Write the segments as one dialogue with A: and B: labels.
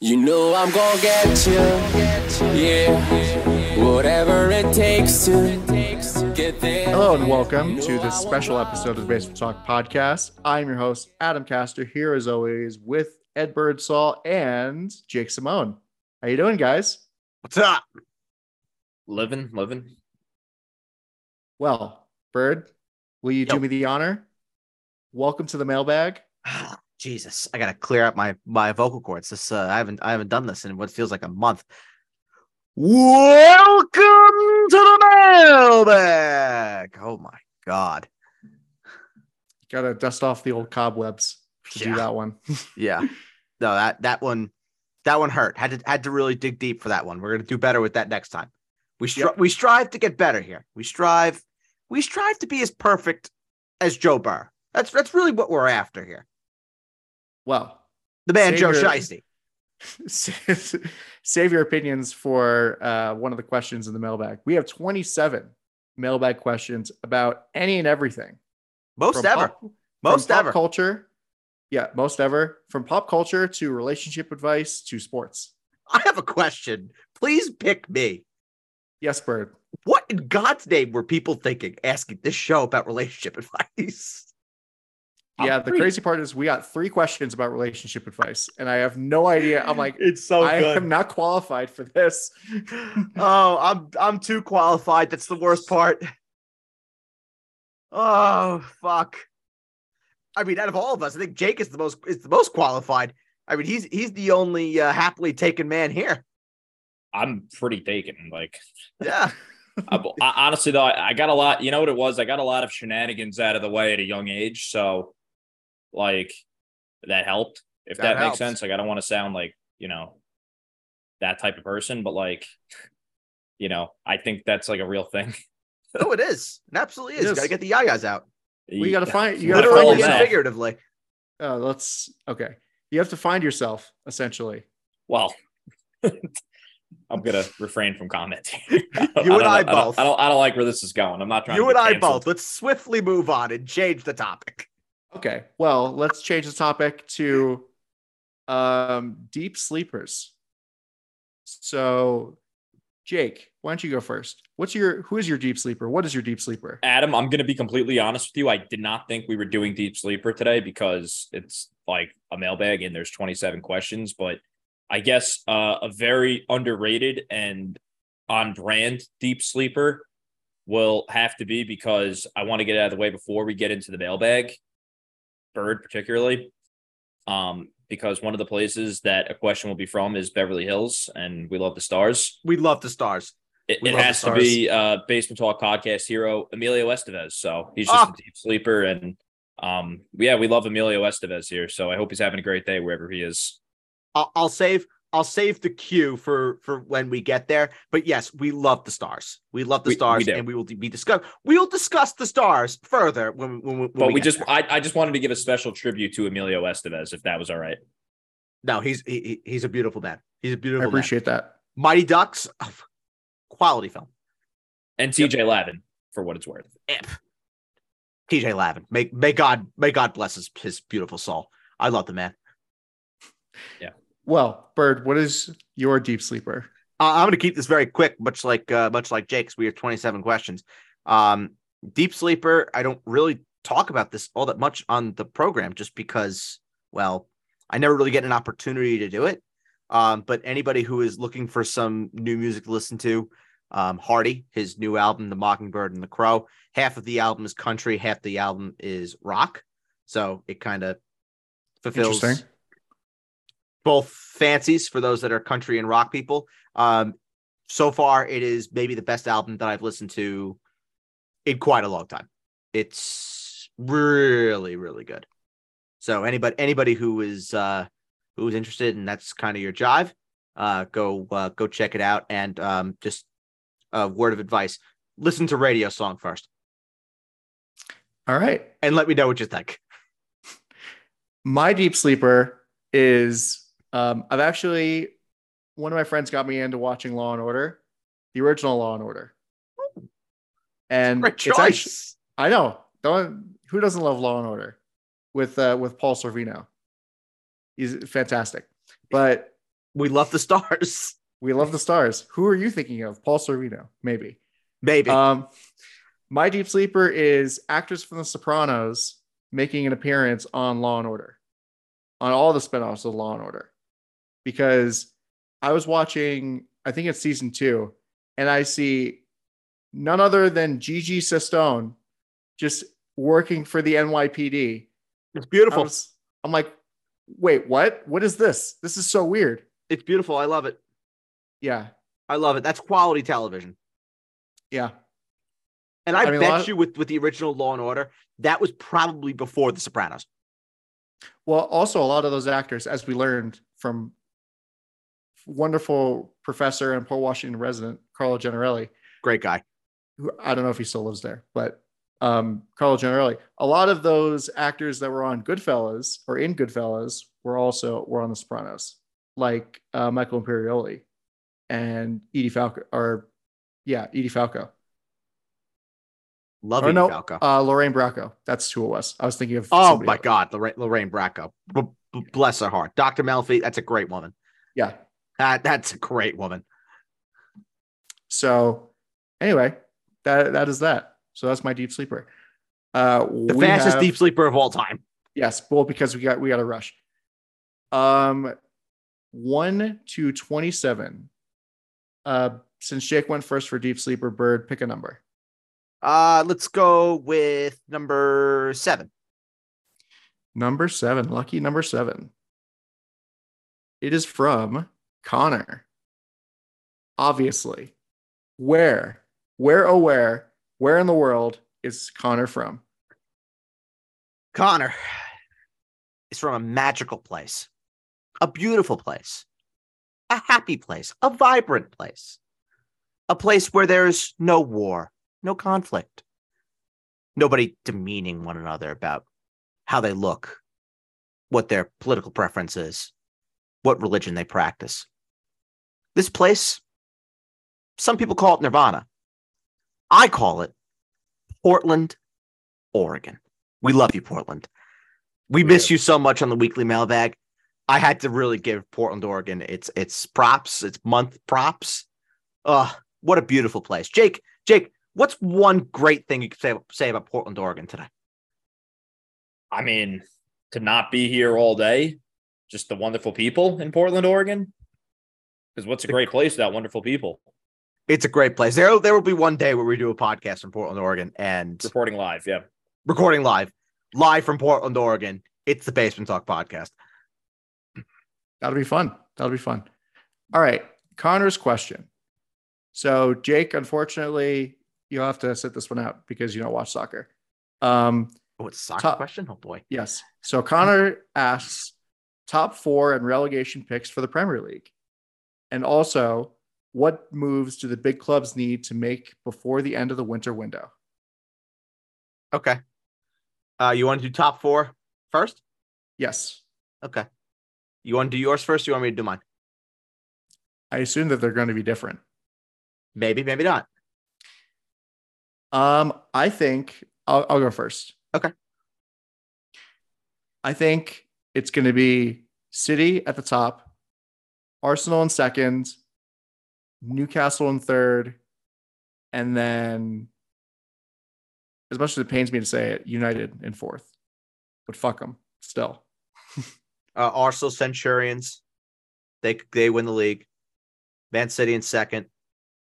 A: You know I'm gonna get you, yeah. Whatever it takes to get there.
B: Hello and welcome to this special episode of the Basement Talk Podcast. I'm your host, Adam Castor, here as always with Ed Birdsall and Jake Simone. How you doing, guys?
C: What's up?
D: Living, living.
B: Well, Bird, will you do
C: Yo.
B: me the honor? Welcome to the mailbag.
C: Ah, Jesus, I gotta clear out my my vocal cords. This uh, I haven't I haven't done this in what feels like a month. Welcome to the mailbag. Oh my god.
B: Gotta dust off the old cobwebs to do that one.
C: yeah. No, that that one that one hurt. Had to had to really dig deep for that one. We're gonna do better with that next time. We stri- we strive to get better here. We strive we strive to be as perfect as Joe Burr. That's that's really what we're after here.
B: Well,
C: The man
B: Save
C: Joe
B: your-
C: Shiesty.
B: save your opinions for uh, one of the questions in the mailbag. We have 27 mailbag questions about any and everything.
C: Most
B: From
C: ever.
B: pop- from
C: Most
B: pop
C: ever.
B: culture. Yeah, most ever. From pop culture to relationship advice to sports.
C: I have a question. Please pick me.
B: Yes, Bird.
C: What in God's name were people thinking asking this show about relationship advice?
B: yeah, the crazy part is we got three questions about relationship advice, and I have no idea. I'm like,
C: It's so
B: I am not qualified for this.
C: oh, I'm I'm too qualified. That's the worst part. Oh fuck. I mean, out of all of us, I think Jake is the most is the most qualified. I mean, he's he's the only uh, happily taken man here.
D: I'm pretty taken. Like,
C: Yeah.
D: I, I- honestly, though, I, I got a lot. You know what it was? I got a lot of shenanigans out of the way at a young age. So, like, that helped. If
C: That
D: that,
C: helps.
D: makes sense. Like, I don't want to sound like you know that type of person, but like, you know, I think that's like a real thing.
C: oh, it is. It absolutely
B: It
C: is. You
B: is.
C: gotta get the yayas out.
B: We gotta find you gotta find
C: Literally and
B: yourself.
D: man.
C: figuratively.
B: Uh, let's okay. You have to find yourself essentially.
D: Well, I'm gonna refrain from commenting.
C: You and
D: don't
C: I
D: know- don't-
C: both.
D: I don't. I don't like where this is going. I'm not trying.
C: You
D: to
C: and
D: get
C: I
D: canceled.
C: both. Let's swiftly move on and change the topic.
B: Okay. Well, let's change the topic to um deep sleepers. So Jake, why don't you go first? What's your who is your deep sleeper? What is your deep sleeper?
D: Adam, I'm going to be completely honest with you. I did not think we were doing deep sleeper today because it's like a mailbag and there's 27 questions, but I guess uh, a very underrated and on brand deep sleeper will have to be because I want to get out of the way before we get into the mailbag, Bird particularly, um, because one of the places that a question will be from is Beverly Hills, and we love the stars.
C: We love the stars.
D: It,
B: We
D: it
B: love the
D: has to
B: stars.
D: be uh, basement talk podcast hero Emilio Estevez. So he's just
C: Ah.
D: a deep sleeper, and um, yeah, we love Emilio Estevez here. So I hope he's having a great day wherever he is.
C: I'll, I'll save I'll save the cue for for when we get there. But yes, we love the stars. We love the
D: We- we
C: stars,
D: do.
C: and we will be discuss. We will discuss the stars further when when, when
D: But we,
C: get
D: just,
C: there.
D: I, I just wanted to give a special tribute to Emilio Estevez, if that was all right.
C: no. He's he, he- he's a beautiful man. He's a
B: I
C: beautiful. man.
B: appreciate that.
C: Mighty Ducks, quality film.
D: And TJ Lavin, for what it's worth.
C: TJ Lavin, may may God may God bless his his beautiful soul. I love the man.
B: Well, Bird, what is your deep sleeper?
C: Uh, I'm going to keep this very quick, much like uh, much like Jake's. We have 27 questions. Um, deep sleeper. I don't really talk about this all that much on the program, just because, well, I never really get an opportunity to do it. Um, but anybody who is looking for some new music to listen to, um, Hardy, his new album, The Mockingbird and the Crow. Half of the album is country, half the album is rock. So it kind of fulfills
B: Interesting.
C: both fancies for those that are country and rock people. Um, so far, it is maybe the best album that I've listened to in quite a long time. It's really, really good. So anybody anybody who is uh, who is interested and that's kind of your jive, uh, go uh, go check it out. And um, just a word of advice: listen to radio song first,
B: All right.
C: and let me know what you think.
B: my deep sleeper is um, I've actually one of my friends got me into watching Law and Order, the original Law and Order, and
C: Oh, Great
B: it's actually
C: choice.
B: I know the one who doesn't love Law and Order with uh, with Paul Sorvino. He's fantastic, but
C: we love the stars.
B: We love the stars. Who are you thinking of? Paul Sorvino, maybe.
C: Maybe.
B: Um, my deep sleeper is actors from The Sopranos making an appearance on Law and Order, on all the spinoffs of Law and Order, because I was watching, I think it's season two, and I see none other than Gigi Sestone just working for the NYPD.
C: it's
B: I
C: beautiful.
B: was- I'm like, wait, what? What is this? This is so weird.
C: it's beautiful. I love it.
B: Yeah,
C: I love it. That's quality television.
B: yeah.
C: And
B: I
C: I,
B: mean, a
C: bet
B: lot-
C: you with with the original Law and Order, that was probably before The Sopranos.
B: Well, also a lot of those actors, as we learned from wonderful professor and Port Washington resident Carlo Generelli,
C: Great guy.
B: who I don't know if he still lives there, but um, Carlo Generelli. A lot of those actors that were on Goodfellas or in Goodfellas were also were on The Sopranos, like uh, Michael Imperioli and Edie Falco, or yeah, Edie Falco.
C: Love
B: Or
C: Edie
B: no,
C: Falco.
B: Uh, Lorraine Bracco. That's who it was. I was thinking of.
C: oh
B: somebody
C: my
B: else.
C: God, Lorraine, Lorraine Bracco. B- b- bless her heart. Dr. Melfi, that's a great woman.
B: Yeah.
C: That, that's a great woman.
B: So anyway, that that is that. So that's my deep sleeper. Uh,
C: The fastest deep
B: deep.
C: sleeper of all time.
B: Yes, well, because we got we got a rush. Um, one to twenty-seven. Uh, since Jake went first for deep sleeper, Bird pick a number.
C: Uh, let's go with number seven.
B: Number seven, lucky number seven. It is from Connor. Obviously, where, where, oh, where, where in the world is Connor from?
C: Connor is from a magical place, a beautiful place, a happy place, a vibrant place, a place where there's no war, no conflict, nobody demeaning one another about how they look, what their political preference is, what religion they practice. This place, some people call it Nirvana. I call it Portland, Oregon. We love you, Portland. We miss you so much on the weekly mailbag. I had to really give Portland, Oregon its its props, its month props. Uh, what a beautiful place. Jake, Jake, what's one great thing you could say, say about Portland, Oregon today?
D: I mean, to not be here all day, just the wonderful people in Portland, Oregon. Because what's a great place without wonderful people
C: It's a great place. There there will be one day where we do a podcast from Portland, Oregon and
D: reporting live? Yeah.
C: recording live. Live from Portland, Oregon. It's the Basement Talk podcast.
B: That'll be fun. That'll be fun. All right. Connor's question. So, Jake, unfortunately, you'll have to sit this one out because you don't watch soccer. Um,
C: Oh, it's a soccer
B: Top-
C: question? Oh boy.
B: yes. So, Connor asks top four and relegation picks for the Premier League. And also, what moves do the big clubs need to make before the end of the winter window?
C: Okay. Uh, you want to do top four first?
B: Yes.
C: Okay. You want to do yours first? Or you want me to do mine?
B: I assume that they're going to be different.
C: Maybe, maybe not.
B: Um, I think I'll, I'll go first.
C: Okay.
B: I think it's going to be City at the top, Arsenal in second, Newcastle in third, and then, as much as it pains me to say it, United in fourth. But fuck them still.
C: Uh, Arsenal Centurions, they they win the league. Man City in second,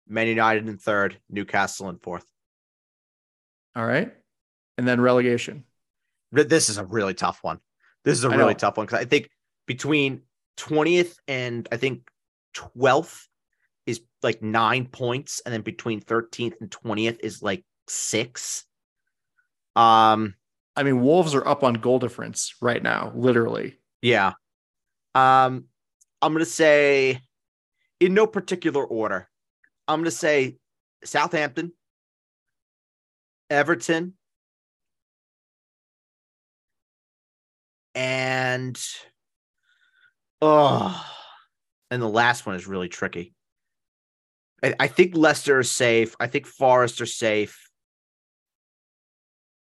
C: Man United in third, Newcastle in fourth.
B: All right. And then relegation.
C: Th- This is a really tough one. This is a
B: I
C: really
B: know.
C: tough one because I think between twentieth and I think twelfth is like nine points, and then between thirteenth and twentieth is like six. Um.
B: I mean, Wolves are up on goal difference right now, literally.
C: Yeah. Um, I'm gonna say in no particular order. I'm gonna say Southampton, Everton, and oh, and the last one is really tricky. I, I think Leicester is safe. I think Forest are safe.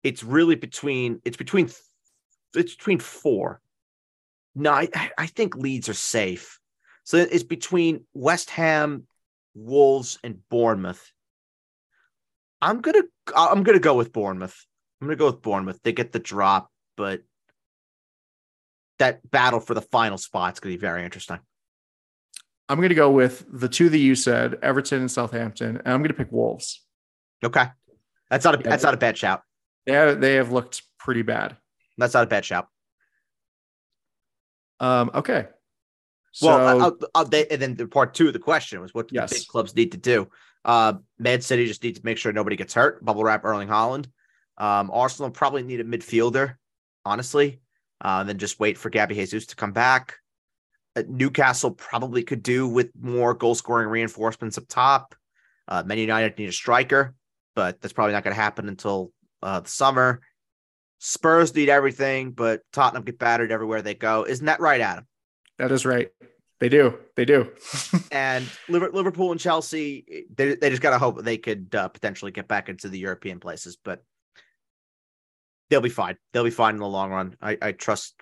C: It's really between it's between th- it's between four. No, I, I- I think Leeds are safe. So it's between West Ham, Wolves, and Bournemouth. I'm gonna I'm gonna go with Bournemouth. I'm gonna go with Bournemouth. They get the drop, but that battle for the final spot's gonna be very interesting.
B: I'm going to go with the two that you said, Everton and Southampton, and I'm going to pick Wolves.
C: Okay, that's not a that's not a bad shout.
B: They have, they have looked pretty bad.
C: That's not a bad shout.
B: Um, okay.
C: well,
B: So-
C: uh, uh, uh, they, and then the part two of the question was what do
B: Yes.
C: the big clubs need to do? Uh, Man City just needs to make sure nobody gets hurt. Bubble wrap Erling Holland. Um, Arsenal probably need a midfielder, honestly. Uh, and then just wait for Gabby Jesus to come back. Uh, Newcastle probably could do with more goal scoring reinforcements up top. Uh, Man United need a striker, but that's probably not going to happen until uh, the summer. Spurs need everything, but Tottenham get battered everywhere they go. Isn't that right, Adam?
B: that is right. They do. They do.
C: and Liver- Liverpool and Chelsea, they, they just got to hope that they could uh, potentially get back into the European places, but they'll be fine. They'll be fine in the long run. I, I trust,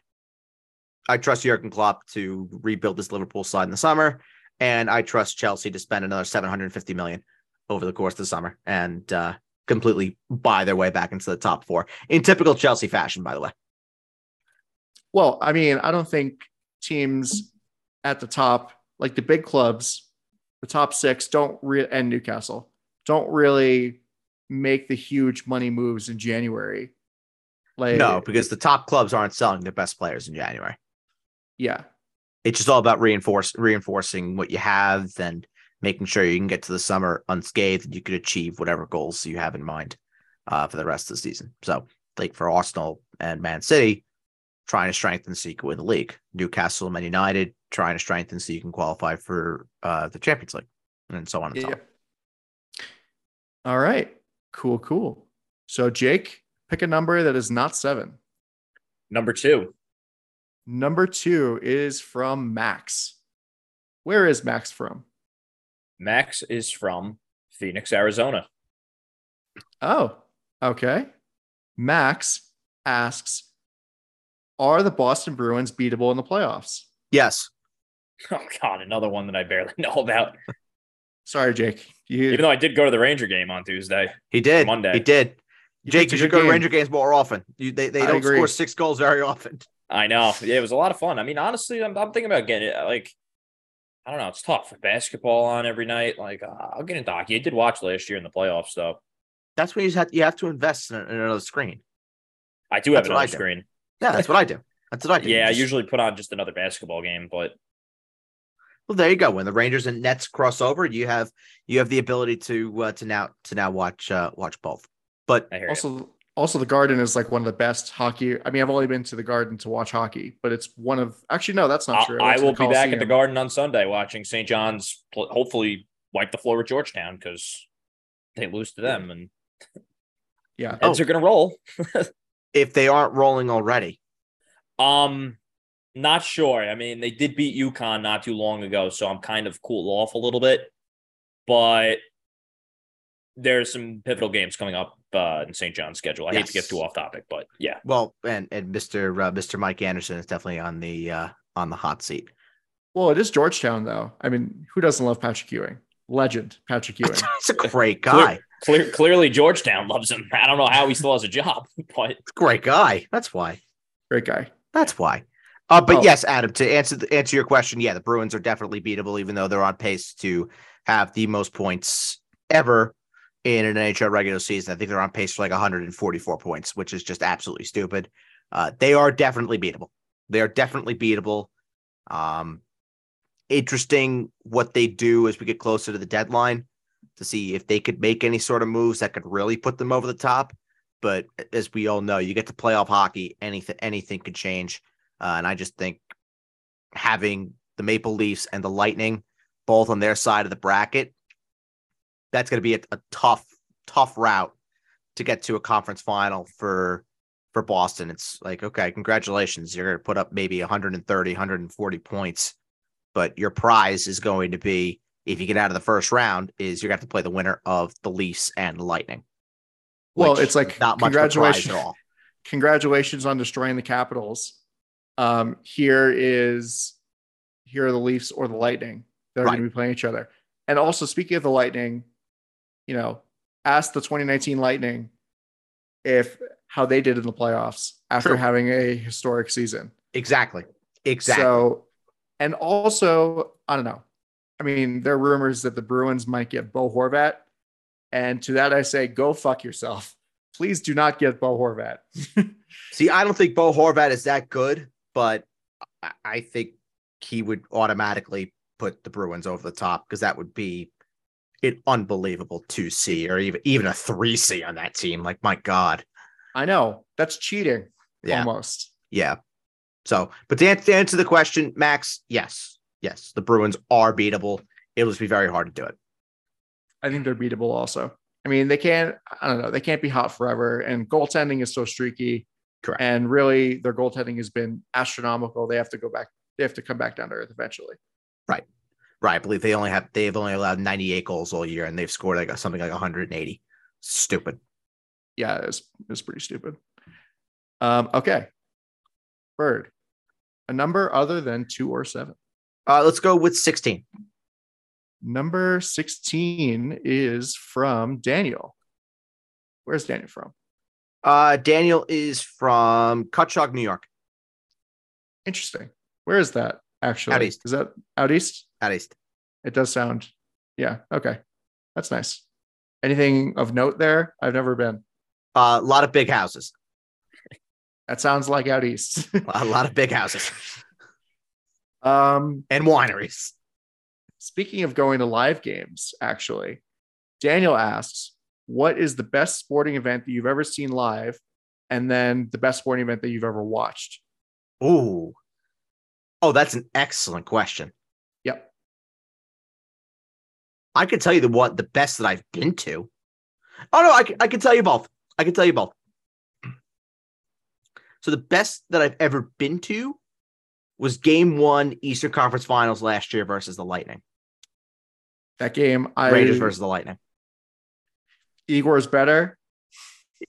C: I trust Jurgen Klopp to rebuild this Liverpool side in the summer, and I trust Chelsea to spend another seven hundred fifty million over the course of the summer and uh, completely buy their way back into the top four in typical Chelsea fashion. By the way,
B: well, I mean, I don't think teams at the top, like the big clubs, the top six, don't re- and Newcastle don't really make the huge money moves in January. Like
C: no, because the top clubs aren't selling their best players in January.
B: yeah,
C: it's just all about reinforce reinforcing what you have and making sure you can get to the summer unscathed and you could achieve whatever goals you have in mind uh, for the rest of the season. So, like for Arsenal and Man City, trying to strengthen so you can win the league. Newcastle and Man United trying to strengthen so you can qualify for uh, the Champions League, and so on and so
B: yeah.
C: on.
B: All right, cool, cool. So Jake, pick a number that is not seven.
D: Number two.
B: Number two is from Max. Where is Max from?
D: Max is from Phoenix, Arizona.
B: Oh, okay. Max asks Are the Boston Bruins beatable in the playoffs?
C: Yes,
D: Oh God, another one that I barely know about.
B: Sorry, Jake. You,
D: Even though I did go to the Ranger game on Tuesday.
C: he did.
D: Monday.
C: he did.
B: you
C: Jake,
B: picked a
C: you should
B: good
C: go to
B: game.
C: Ranger games more often. You, they they
B: I
C: don't
B: agree.
C: score six goals very often.
D: I know. Yeah, it was a lot of fun. I mean, honestly, I'm, I'm thinking about getting it. uh, Like, I don't know. It's tough. Basketball on every night. Like, uh, I'll get into hockey. I did watch last year in the playoffs, though.
C: That's when you have you have to invest in, in another screen.
D: I do have
C: That's what I
D: another
C: do.
D: screen.
C: Yeah, that's what I do. That's what I do. You
D: Yeah, I
C: just-
D: usually put on just another basketball game, but
C: Well, there you go. When the Rangers and Nets cross over, you have you have the ability to uh, to now to now watch uh, watch both. But
D: I hear you.
B: also, also, the Garden is like one of the best hockey. I mean, I've only been to the Garden to watch hockey, but it's one of actually, no, that's not
D: I'll-
B: true.
D: I
B: That's the
D: will be back at the
B: Coliseum.
D: Garden on Sunday watching St. John's pl- hopefully wipe the floor with Georgetown because they lose to them and
B: Yeah.
C: Oh.
D: heads are going to roll.
C: if they aren't rolling already,
D: Um, not sure. I mean, they did beat UConn not too long ago, so I'm kind of cool off a little bit. But there's some pivotal games coming up uh, in St. John's schedule. I hate to get
C: Yes.
D: too off topic, but yeah,
C: well, and and Mister uh, Mister Mike Anderson is definitely on the uh, on the hot seat.
B: Well, it is Georgetown, though. I mean, who doesn't love Patrick Ewing? Legend, Patrick Ewing.
C: He's a great guy.
D: clear, clearly Georgetown loves him. I don't know how he still has a job, but
C: Great guy. That's why.
B: Great guy.
C: That's why. Uh, but
B: Oh.
C: yes, Adam, to answer the, answer your question, yeah, the Bruins are definitely beatable, even though they're on pace to have the most points ever in an NHL regular season. I think they're on pace for like 144 points, which is just absolutely stupid. Uh, they are definitely beatable. They are definitely beatable. Um, interesting what they do as we get closer to the deadline to see if they could make any sort of moves that could really put them over the top. But as we all know, you get to playoff hockey, anything anything could change. Uh, and I just think having the Maple Leafs and the Lightning both on their side of the bracket, that's going to be a, a tough, tough route to get to a conference final for for Boston. It's like, okay, congratulations, you're going to put up maybe 130, 140 points, but your prize is going to be if you get out of the first round is you're going to have to play the winner of the Leafs and Lightning.
B: Well,
C: which
B: it's like,
C: not much of a prize at
B: congratulations.
C: all.
B: congratulations on destroying the capitals um here is here are the Leafs or the Lightning that are
C: Right.
B: going to be playing each other. And also, speaking of the Lightning, you know, ask the 2019 Lightning if how they did in the playoffs after
C: True.
B: having a historic season.
C: Exactly. Exactly.
B: So, and also, I don't know. I mean, there are rumors that the Bruins might get Bo Horvat. And to that, I say, go fuck yourself. Please do not get Bo Horvat.
C: See, I don't think Bo Horvat is that good, but I, I think he would automatically put the Bruins over the top because that would be an unbelievable two C or even even a three C on that team. Like, my God,
B: I know that's cheating
C: yeah,
B: almost.
C: yeah. So, but to, an- to answer the question, Max, yes, yes, the Bruins are beatable. It'll just be very hard to do it.
B: I think they're beatable also. I mean, they can't, I don't know, they can't be hot forever. And goaltending is so streaky.
C: Correct.
B: And really, their goaltending has been astronomical. They have to go back, they have to come back down to earth eventually.
C: Right? I believe they only have they've only allowed ninety eight goals all year, and they've scored like something like one hundred and eighty. Stupid.
B: Yeah, it's it's pretty stupid. Um, okay. Bird. A number other than two or seven.
C: Uh, let's go with sixteen.
B: Number 16 is from Daniel. Where's Daniel from?
C: Uh, Daniel is from Cutchog, New York,
B: Interesting. Where is that actually?
C: Out east.
B: Is that out east?
C: at least.
B: It does sound, yeah. Okay. That's nice. Anything of note there? I've never been.
C: Uh, A lot of big houses.
B: That sounds like out east.
C: A lot of big houses
B: um,
C: and wineries.
B: speaking of going to live games, actually, Daniel asks, What is the best sporting event that you've ever seen live? And then the best sporting event that you've ever watched?
C: Ooh. Oh, that's an excellent question.
B: Yep.
C: I could tell you the what the best that I've been to. Oh no, I can, I can tell you both. I can tell you both. So the best that I've ever been to was Game One Eastern Conference Finals last year versus the Lightning.
B: That game, I
C: Raiders versus the Lightning.
B: Igor's better.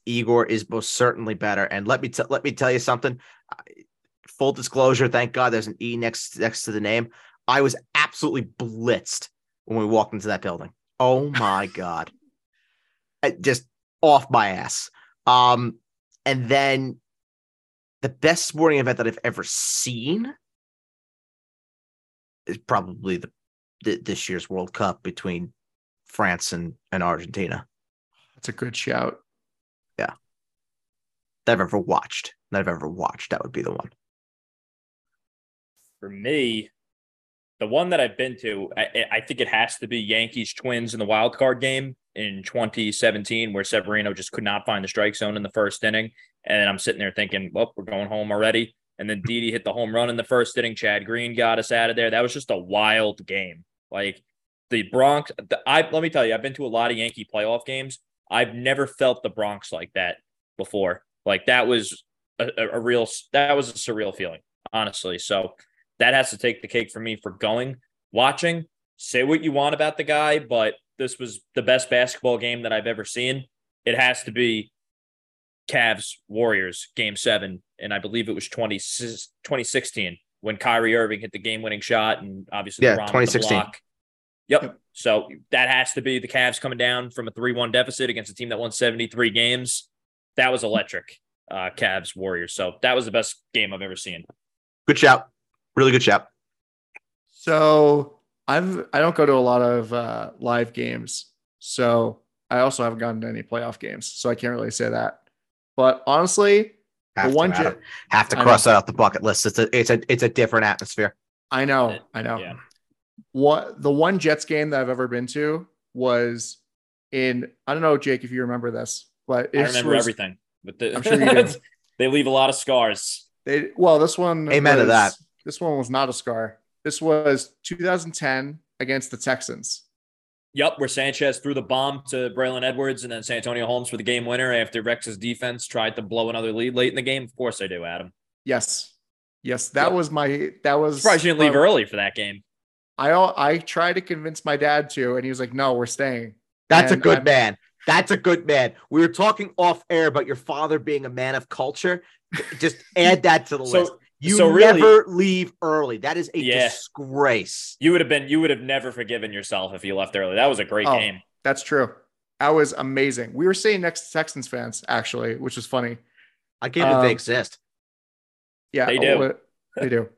C: Igor is most certainly better. And let me t- let me tell you something. I- Full disclosure, thank God there's an E next next to the name. I was absolutely blitzed when we walked into that building. Oh my god, I- just off my ass. Um, and then the best sporting event that I've ever seen is probably the, the this year's World Cup between France and, and Argentina.
B: That's a good shout.
C: that I've ever watched that I've ever watched. That would be the one.
D: For me, the one that I've been to, I, I- I think it has to be Yankees Twins in the wild card game in 2017, where Severino just could not find the strike zone in the first inning. And I'm sitting there thinking, well, we're going home already. And then Didi hit the home run in the first inning. Chad Green got us out of there. That was just a wild game. Like the Bronx, the, I let me tell you, I've been to a lot of Yankee playoff games. I've never felt the Bronx like that before. Like that was a, a, a real, that was a surreal feeling, honestly. So that has to take the cake for me for going watching. Say what you want about the guy, but this was the best basketball game that I've ever seen. It has to be Cavs Warriors game seven. And I believe it was 20, 2016 when Kyrie Irving hit the game winning shot and obviously
C: Yeah,
D: LeBron with
C: 2016.
D: The block. Yep.
B: Yep.
D: So that has to be the Cavs coming down from a 3 1 deficit against a team that won 73 games. That was electric, uh, Cavs Warriors. So that was the best game I've ever seen.
C: Good shout. Really good shout.
B: So I've I don't go to a lot of uh, live games, so I also haven't gotten to any playoff games, so I can't really say that. But honestly,
C: Have
B: the
C: to,
B: one
C: Adam.
B: gen-
C: have to
B: I
C: cross that off the bucket list. It's a it's a it's a different atmosphere.
B: I know, I know.
D: Yeah.
B: What the one Jets game that I've ever been to was in I don't know, Jake, if you remember this, but
D: I
B: it
D: remember
B: was-
D: everything. But the,
B: I'm sure you do.
D: they leave a lot of scars.
B: They well, this one
C: Amen to
B: was-
C: that.
B: This one was not a scar. This was 2010 against the Texans.
D: Yep, where Sanchez threw the bomb to Braylon Edwards and then Santonio Holmes for the game winner after Rex's defense tried to blow another lead late in the game. Of course I do, Adam.
B: Yes. Yes, that
D: Yeah.
B: was my that was
D: Surprised you didn't leave
B: my-
D: early for that game.
B: I al- I tried to convince my dad to, and he was like, "No, we're staying."
C: That's a
B: And
C: good
B: I'm-
C: man. That's a good man. We were talking off air about your father being a man of culture. Just add that to the list.
D: So
C: You
D: So really-
C: never leave early. That is a
D: Yeah.
C: disgrace.
D: You would have been you would have never forgiven yourself if you left early. That was a great
B: Oh.
D: game.
B: That's true. That was amazing. We were sitting next to Texans fans, actually, which was funny.
C: I can't believe
B: Um,
C: they exist.
B: Yeah,
D: They
B: oh,
D: do.
B: uh, They do.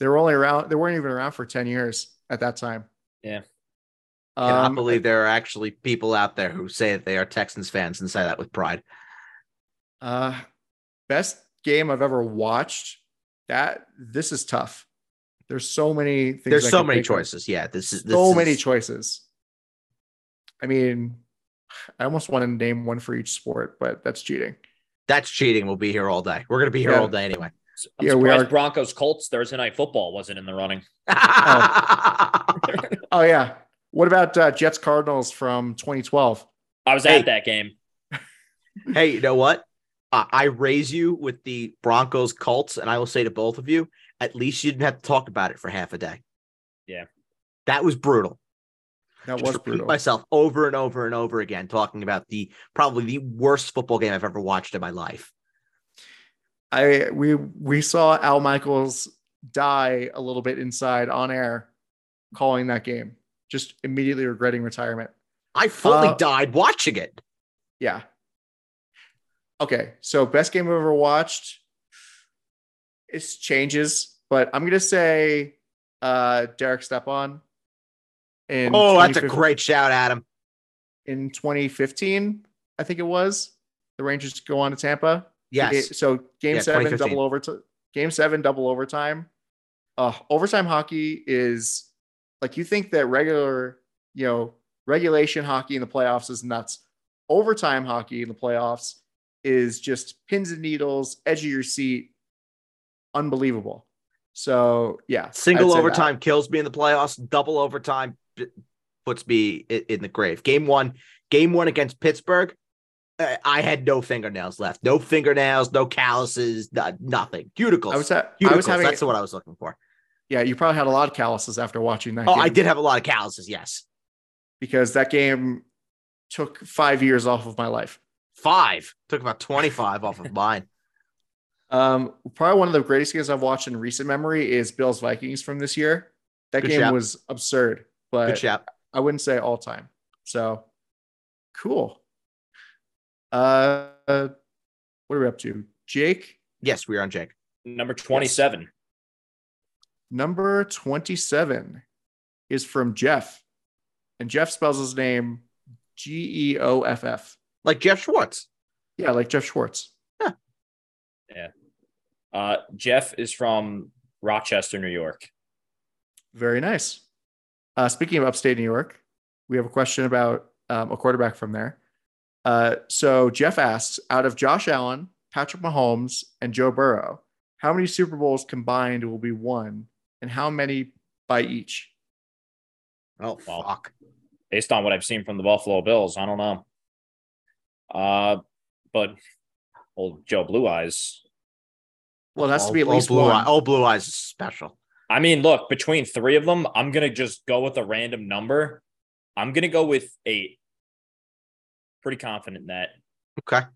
B: They were only around. They weren't even around for ten years at that time.
D: Yeah.
C: I cannot
B: Um,
C: believe there are actually people out there who say that they are Texans fans and say that with pride.
B: Uh, best game I've ever watched. That this is tough. There's so many things. I
C: There's so
B: could
C: many
B: pick on.
C: choices. Yeah, this is this
B: so many
C: is-
B: choices. I mean, I almost want to name one for each sport, but that's cheating.
C: That's cheating. We'll be here all day. We're gonna be here
B: Yeah.
C: all day anyway.
D: I'm
B: Yeah, we
D: surprised
B: are-
D: Broncos Colts Thursday night football wasn't in the running.
B: Oh yeah. What about uh, Jets Cardinals from 2012?
D: I was
C: Hey.
D: at that game.
C: hey, you know what? I, I raise you with the Broncos Colts, and I will say to both of you, at least you didn't have to talk about it for half a day.
D: Yeah.
C: That was brutal.
B: That
C: Just
B: was
C: repeat
B: brutal.
C: myself over and over and over again, talking about the probably the worst football game I've ever watched in my life.
B: I we we saw Al Michaels die a little bit inside on air, calling that game, just immediately regretting retirement.
C: I fully
B: Uh,
C: died watching it.
B: Yeah. Okay, so best game I've ever watched. It changes, but I'm gonna say uh Derek Stepan. In
C: Oh, that's
B: 2015
C: a great shout, Adam.
B: in 2015, I think it was. The Rangers go on to Tampa.
C: Yes.
B: It- so game
C: Yeah,
B: seven,
C: 2015.
B: double overtime. Game seven, double overtime. Uh, overtime hockey is like you think that regular, you know, regulation hockey in the playoffs is nuts. Overtime hockey in the playoffs is just pins and needles, edge of your seat, unbelievable. So yeah, I'd
C: Single
B: say that.
C: overtime kills me in the playoffs. Double overtime b- puts me i- in the grave. Game one, game one against Pittsburgh, I I had no fingernails left. No fingernails, no calluses, no- nothing. Cuticles.
B: I was, ha- I was
C: Cuticles.
B: having.
C: That's what I was looking for.
B: yeah, you probably had a lot of calluses after watching that.
C: Oh,
B: game.
C: I did have a lot of calluses. Yes,
B: because that game took five years off of my life.
C: five took about twenty-five off of mine.
B: Um, probably one of the greatest games I've watched in recent memory is Bills Vikings from this year. That
C: Good
B: game
C: shout.
B: was absurd,
C: Good
B: but
C: shot.
B: I wouldn't say all time. So cool. Uh, uh, what are we up to? Jake,
C: Yes, we are on Jake.
D: Number 27.
B: number 27 is from Jeff, and Jeff spells his name G E O F F.
C: Like Jeff Schwartz.
B: Yeah, like Jeff Schwartz.
D: Uh, Jeff is from Rochester, New York.
B: Very nice. Uh, speaking of upstate New York, we have a question about um, a quarterback from there. Uh, so Jeff asks, out of Josh Allen, Patrick Mahomes, and Joe Burrow, how many Super Bowls combined will be won, and how many by each?
C: Oh
D: Wow.
C: fuck.
D: Based on what I've seen from the Buffalo Bills, I don't know. Uh, but old Joe Blue Eyes.
B: Well, it has
C: Oh,
B: to be at
C: oh,
B: least
C: blue
B: one.
C: Eye, oh, blue eyes is special.
D: I mean, look, between three of them, I'm gonna just go with a random number. I'm gonna go with eight. Pretty confident in that.
C: Okay.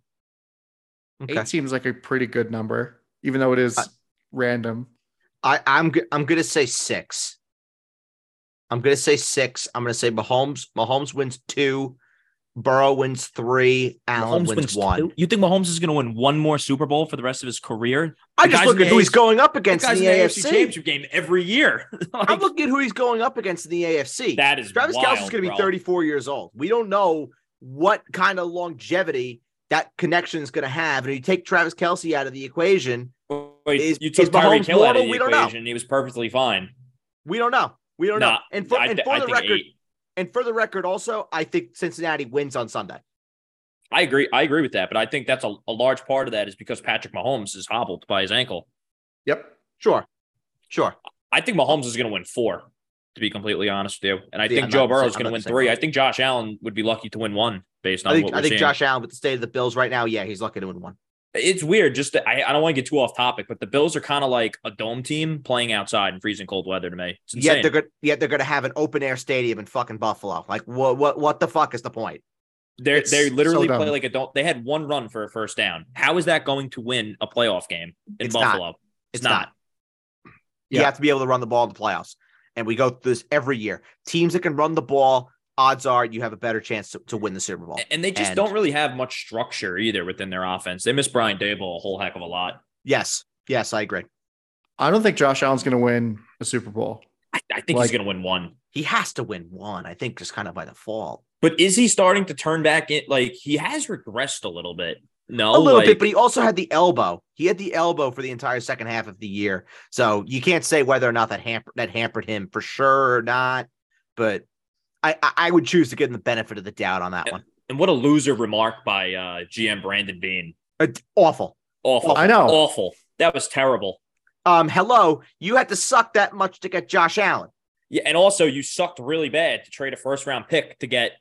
C: Okay.
B: Eight seems like a pretty good number, even though it is
C: Uh,
B: random.
C: I, I'm g- I'm gonna say six. I'm gonna say six. I'm gonna say Mahomes. Mahomes wins two. Burrow wins three. Allen wins, one.
D: You think Mahomes is gonna win one more Super Bowl for the rest of his career?
C: I
D: The
C: just
D: guys
C: look
D: in
C: at
D: the
C: who he's
D: AFC
C: going up against in the, AFC.
D: Championship game every year.
C: I'm looking at who he's going up against in the AFC.
D: that is
C: Travis
D: wild,
C: Kelsey's going to be
D: bro.
C: 34 years old. We don't know what kind of longevity that connection is going to have. And if you take Travis Kelsey out of the equation,
D: Wait,
C: Is-
D: you
C: is
D: took Tyreek
C: Mahomes
D: Hill out
C: mortal?
D: of the
C: We don't know.
D: equation. and He was perfectly fine.
C: we don't know. We don't know.
D: Nah,
C: And for,
D: I,
C: and
D: th-
C: for
D: I
C: the
D: think
C: record,
D: eight.
C: and for the record, also, I think Cincinnati wins on Sunday.
D: I agree. I agree with that, but I think that's a, a large part of that is because Patrick Mahomes is hobbled by his ankle.
B: Yep.
C: Sure, sure.
D: I think Mahomes is going to win four, to be completely honest with you. And I
C: Yeah,
D: think
C: I'm
D: Joe
C: not the
D: Burrow
C: same-
D: is going to
C: I'm not
D: win
C: the same
D: three.
C: way.
D: I think Josh Allen would be lucky to win one based on
C: I think
D: what
C: I
D: we're
C: think
D: seeing.
C: Josh Allen with the state of the Bills right now, yeah, he's lucky to win one.
D: It's weird. Just that- I, I don't want to get too off topic, but the Bills are kind of like a dome team playing outside in freezing cold weather to me. It's
C: Yet
D: insane.
C: they're gonna yet they're gonna have an open air stadium in fucking Buffalo. Like what what what the fuck is the point?
D: They're,
B: It's
D: they
B: so
D: literally
B: dumb.
D: play like a dome. They had one run for a first down. How is that going to win a playoff game in
C: It's not.
D: Buffalo?
C: It's
D: not.
C: not. You
B: Yeah.
C: have to be able to run the ball in the playoffs. And we go through this every year. Teams that can run the ball, odds are you have a better chance to, to win the Super Bowl.
D: And they just
C: And-
D: don't really have much structure either within their offense. They miss Brian Dable a whole heck of a lot.
C: Yes. Yes, I agree.
B: I don't think Josh Allen's going to win a Super Bowl.
D: I, I think
B: Like-
D: he's going to win one.
C: He has to win one, I think, just kind of by default.
D: But is he starting to turn back in? Like he has regressed a little bit. No,
C: a little
D: like,
C: bit, but he also had the elbow. He had the elbow for the entire second half of the year. So you can't say whether or not that hamper that hampered him for sure or not. But I, I, I would choose to give him the benefit of the doubt on that one.
D: and what a loser remark by uh, GM Brandon Bean.
C: It's Uh, awful.
D: Awful.
B: I know.
D: Awful. That was terrible.
C: Um, hello, you had to suck that much to get Josh Allen.
D: Yeah, and also you sucked really bad to trade a first round pick to get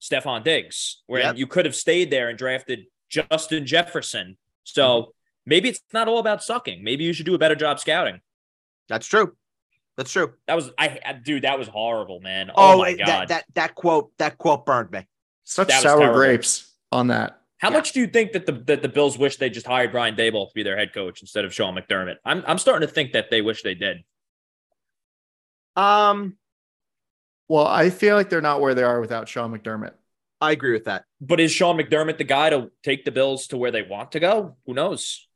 D: Stefan Diggs, where
C: Yep.
D: you could have stayed there and drafted Justin Jefferson. So
C: Mm-hmm.
D: maybe it's not all about sucking. Maybe you should do a better job scouting.
C: That's true. That's true.
D: That was I, I- dude. That was horrible, man. Oh,
C: Oh,
D: my
C: it-
D: god.
C: that that that quote that quote burned me.
B: Such
D: That was
B: sour
D: terrible.
B: grapes on that.
D: How
C: yeah.
D: much do you think that the that the Bills wish they just hired Brian Dable to be their head coach instead of Sean McDermott? I'm I'm starting to think that they wish they did.
C: Um,
B: Well, I feel like they're not where they are without Sean McDermott.
C: I agree with that.
D: But is Sean McDermott the guy to take the Bills to where they want to go? Who knows?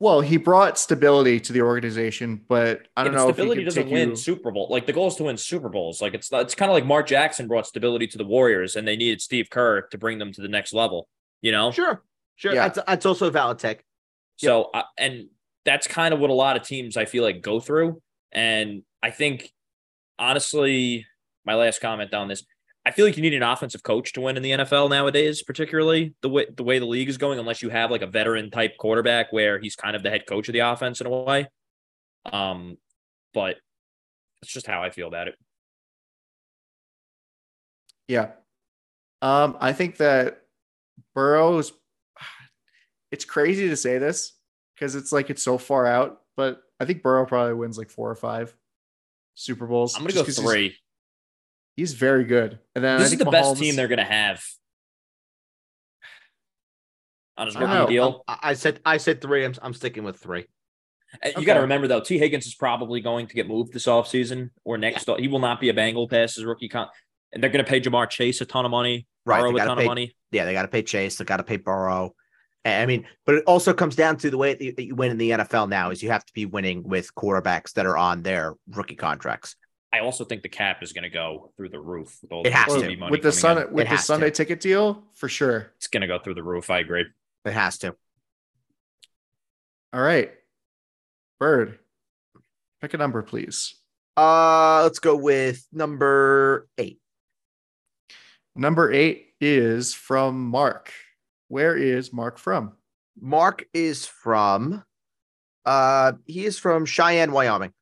B: Well, he brought stability to the organization, but I
D: Yeah,
B: don't
D: but
B: know
D: stability
B: if he can
D: doesn't
B: take
D: win
B: you-
D: Super Bowl. Like the goal is to win Super Bowls. Like it's not, it's kind of like Mark Jackson brought stability to the Warriors, and they needed Steve Kerr to bring them to the next level. You know,
C: Sure, sure.
B: Yeah.
C: That's that's also a valid take.
D: so I and that's kind of what a lot of teams I feel like go through. And I think honestly, my last comment on this, I feel like you need an offensive coach to win in the NFL nowadays, particularly the way the way the league is going, unless you have like a veteran type quarterback where he's kind of the head coach of the offense in a way. Um, but that's just how I feel about it.
B: Yeah. Um, I think that Burrow's it's crazy to say this because it's like it's so far out, but I think Burrow probably wins like four or five Super Bowls.
D: I'm gonna
B: just
D: go
B: 'cause he's-
D: three.
B: He's, very good. And then I
D: This is
B: think
D: the best
B: Mahomes-
D: team they're gonna have. On his
B: I don't
D: rookie
B: know.
D: deal.
C: I, I said I said three. I'm I'm sticking with three.
D: Uh, You
B: Okay.
D: got to remember though, T. Higgins is probably going to get moved this offseason or next. He will not be a Bengal past his rookie con, and they're going to pay Jamar Chase a ton of money,
C: Right,
D: Burrow
C: they
D: a
C: gotta
D: ton
C: pay-
D: of money.
C: yeah, they got to pay Chase, they got to pay Burrow. I I mean, but it also comes down to the way that you- that you win in the NFL now is you have to be winning with quarterbacks that are on their rookie contracts.
D: I also think the cap is going to go through the roof. With all
C: It has
B: Well,
C: to.
D: TV money
B: with the
D: coming
B: Sun
D: in.
B: with the
C: has to.
B: Sunday ticket deal for sure.
D: it's going to go through the roof. I agree.
C: It has to.
B: All right. Bird, pick a number, please.
C: Uh, let's go with number eight.
B: Number eight is from Mark. Where is Mark from?
C: Mark is from, uh, he is from Cheyenne, Wyoming.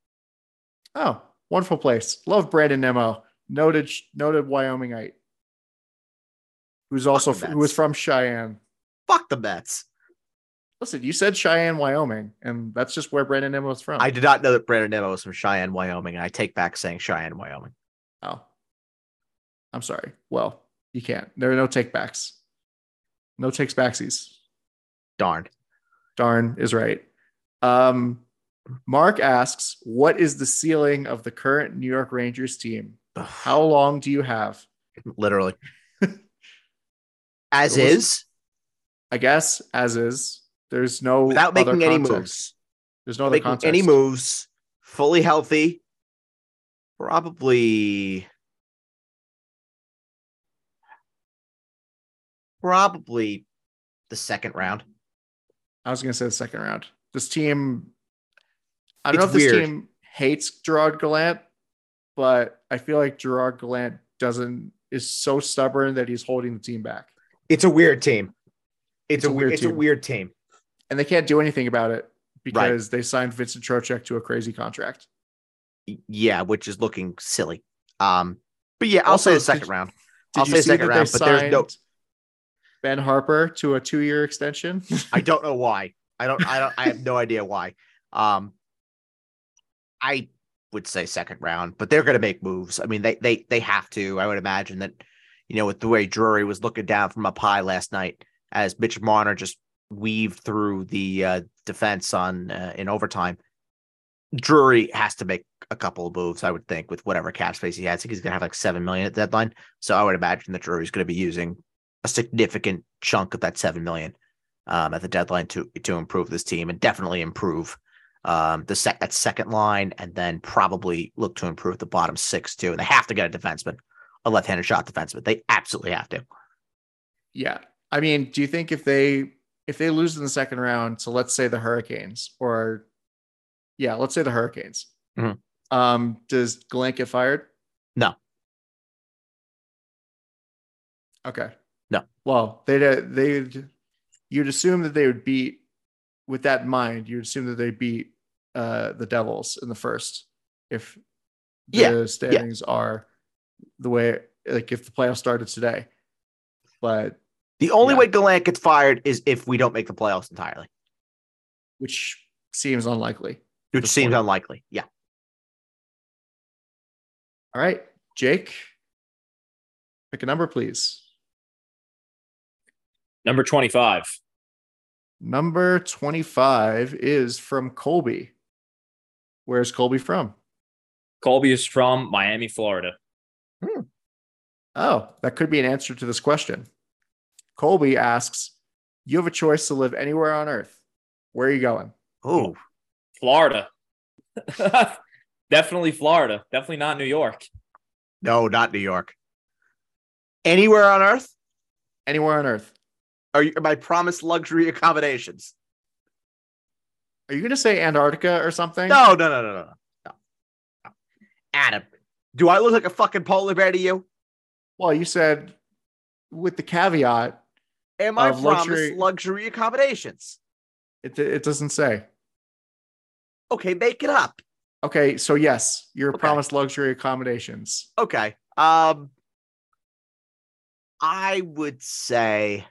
B: Oh, wonderful place. Love Brandon Nemo, noted noted Wyomingite, who's also
C: Fuck the
B: who was
C: Mets.
B: from Cheyenne.
C: Fuck the Mets.
B: Listen, you said Cheyenne, Wyoming, and that's just where Brandon Nemo is from.
C: I did not know that Brandon Nemo was from Cheyenne, Wyoming, and I take back saying Cheyenne, Wyoming.
B: Oh, I'm sorry. Well, you can't. There are no takebacks. No takes backsies.
C: Darn.
B: Darn is right. Um, Mark asks, "What is the ceiling of the current New York Rangers team?
C: Ugh,
B: How long do you have?"
C: literally. As
B: It was-
C: is,
B: I guess as is. There's no
C: without
B: other
C: making any
B: context.
C: moves.
B: There's no other
C: making
B: context.
C: any moves, fully healthy, probably probably the second round.
B: I was gonna say the second round. This team, I don't
C: It's
B: know if this
C: weird.
B: team hates Gerard Gallant, but I feel like Gerard Gallant doesn't is so stubborn that he's holding the team back,
C: It's a weird team.
B: It's
C: It's,
B: a
C: a, weird.
B: weird
C: It's a
B: team.
C: weird team.
B: and they can't do anything about it because they signed Vincent Trocek to a crazy contract.
C: Y- Yeah, which is looking silly. Um, but yeah, I'll
B: Also,
C: say the
B: did
C: second
B: you-
C: round.
B: Did
C: I'll
B: you
C: say
B: see
C: second
B: that
C: round,
B: they
C: but there's no-
B: signed Ben Harper to a two-year extension.
C: I don't know why. I don't. I don't. I have no idea why. Um, I would say second round, but they're going to make moves. I mean, they they they have to. I would imagine that, you know, with the way Drury was looking down from up high last night, as Mitch Marner just weaved through the uh, defense on uh, in overtime. Drury has to make a couple of moves, I would think, with whatever cap space he has. I think he's going to have like seven million at the deadline. So I would imagine that Drury's going to be using a significant chunk of that seven million um, at the deadline to to improve this team and definitely improve um, the sec- that second line, and then probably look to improve the bottom six too. And they have to get a defenseman, a left-handed shot defenseman. They absolutely have to.
B: Yeah. I mean, do you think if they if they lose in the second round, so let's say the Hurricanes or yeah, let's say the Hurricanes.
C: Mhm.
B: Um, does Gallant get fired?
C: No.
B: Okay.
C: No.
B: Well, they'd uh, they'd you'd assume that they would beat with that in mind, you'd assume that they beat uh the Devils in the first if the
C: Yeah,
B: standings are the way like if the playoffs started today. But
C: The only
B: Yeah.
C: way Gallant gets fired is if we don't make the playoffs entirely,
B: which seems unlikely.
C: which
B: Good
C: seems
B: point.
C: unlikely. Yeah.
B: All right, Jake, pick a number, please.
D: Number 25.
B: Number 25 is from Colby. Where's Colby from?
D: Colby is from Miami, Florida.
B: Oh, that could be an answer to this question. Colby asks, You have a choice to live anywhere on earth. Where are you going?
C: Oh,
D: Florida. Definitely Florida. Definitely not New York.
C: No, not New York. Anywhere on earth?
B: Anywhere on earth.
C: Are you my promised luxury accommodations?
B: Are you going to say Antarctica or something?
C: No, no, no, no, no, no. No. Adam, do I look like a fucking polar bear to you?
B: Well, you said with the caveat,
C: Am I
B: Of
C: promised
B: luxury-
C: luxury... accommodations?
B: it, it doesn't say.
C: Okay, make it up.
B: Okay, so yes, you're
C: Okay.
B: promised luxury accommodations.
C: Okay. Um I would say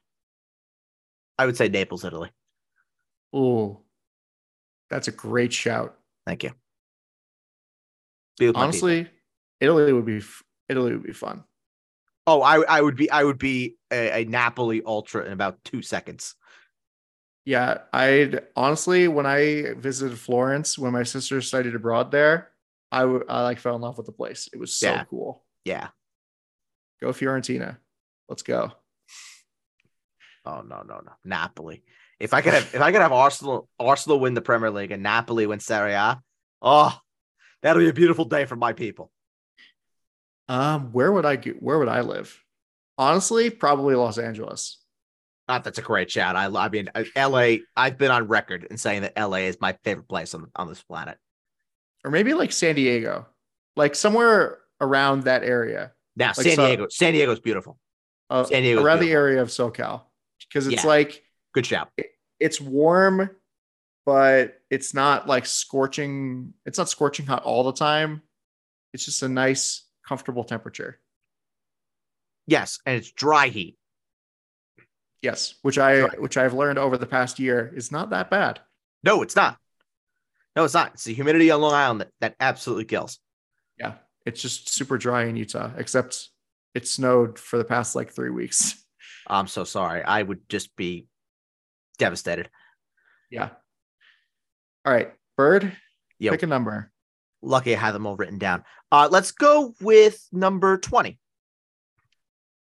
C: I would say Naples, Italy.
B: Ooh, that's a great shout.
C: Thank you. Be with my people.
B: Honestly, Italy would be f- Italy would be fun.
C: Oh, I I would be I would be a, a Napoli ultra in about two seconds.
B: Yeah, I'd honestly when I visited Florence when my sister studied abroad there, I w- I like fell in love with the place. It was so
C: Yeah.
B: cool.
C: Yeah.
B: Go Fiorentina. Let's go.
C: Oh no no no Napoli. If I could have if I could have Arsenal Arsenal win the Premier League and Napoli win Serie A, oh, that'll be a beautiful day for my people.
B: Um, where would I go- where would I live? Honestly, probably Los Angeles.
C: Ah, that's a great shout. I, I mean, uh, L.A. I've been on record in saying that L.A. is my favorite place on, on this planet.
B: Or maybe like San Diego. Like somewhere around that area.
C: Now,
B: Like,
C: San
B: so-
C: Diego, San Diego's beautiful.
B: Uh,
C: San Diego's
B: around the
C: beautiful.
B: area of SoCal. Because it's
C: Yeah.
B: like
C: Good shout.
B: it's warm, but it's not like scorching. It's not scorching hot all the time. It's just a nice, comfortable temperature.
C: Yes, and it's dry heat.
B: Yes, which I
C: Right.
B: which I've learned over the past year is not that bad.
C: No, it's not. No, it's not. It's the humidity on Long Island that, that absolutely kills.
B: Yeah, it's just super dry in Utah, except it snowed for the past like three weeks.
C: I'm so sorry. I would just be devastated.
B: Yeah. All right, Bird,
C: Yo.
B: pick a number.
C: Lucky I had them all written down. Uh, let's go with number 20.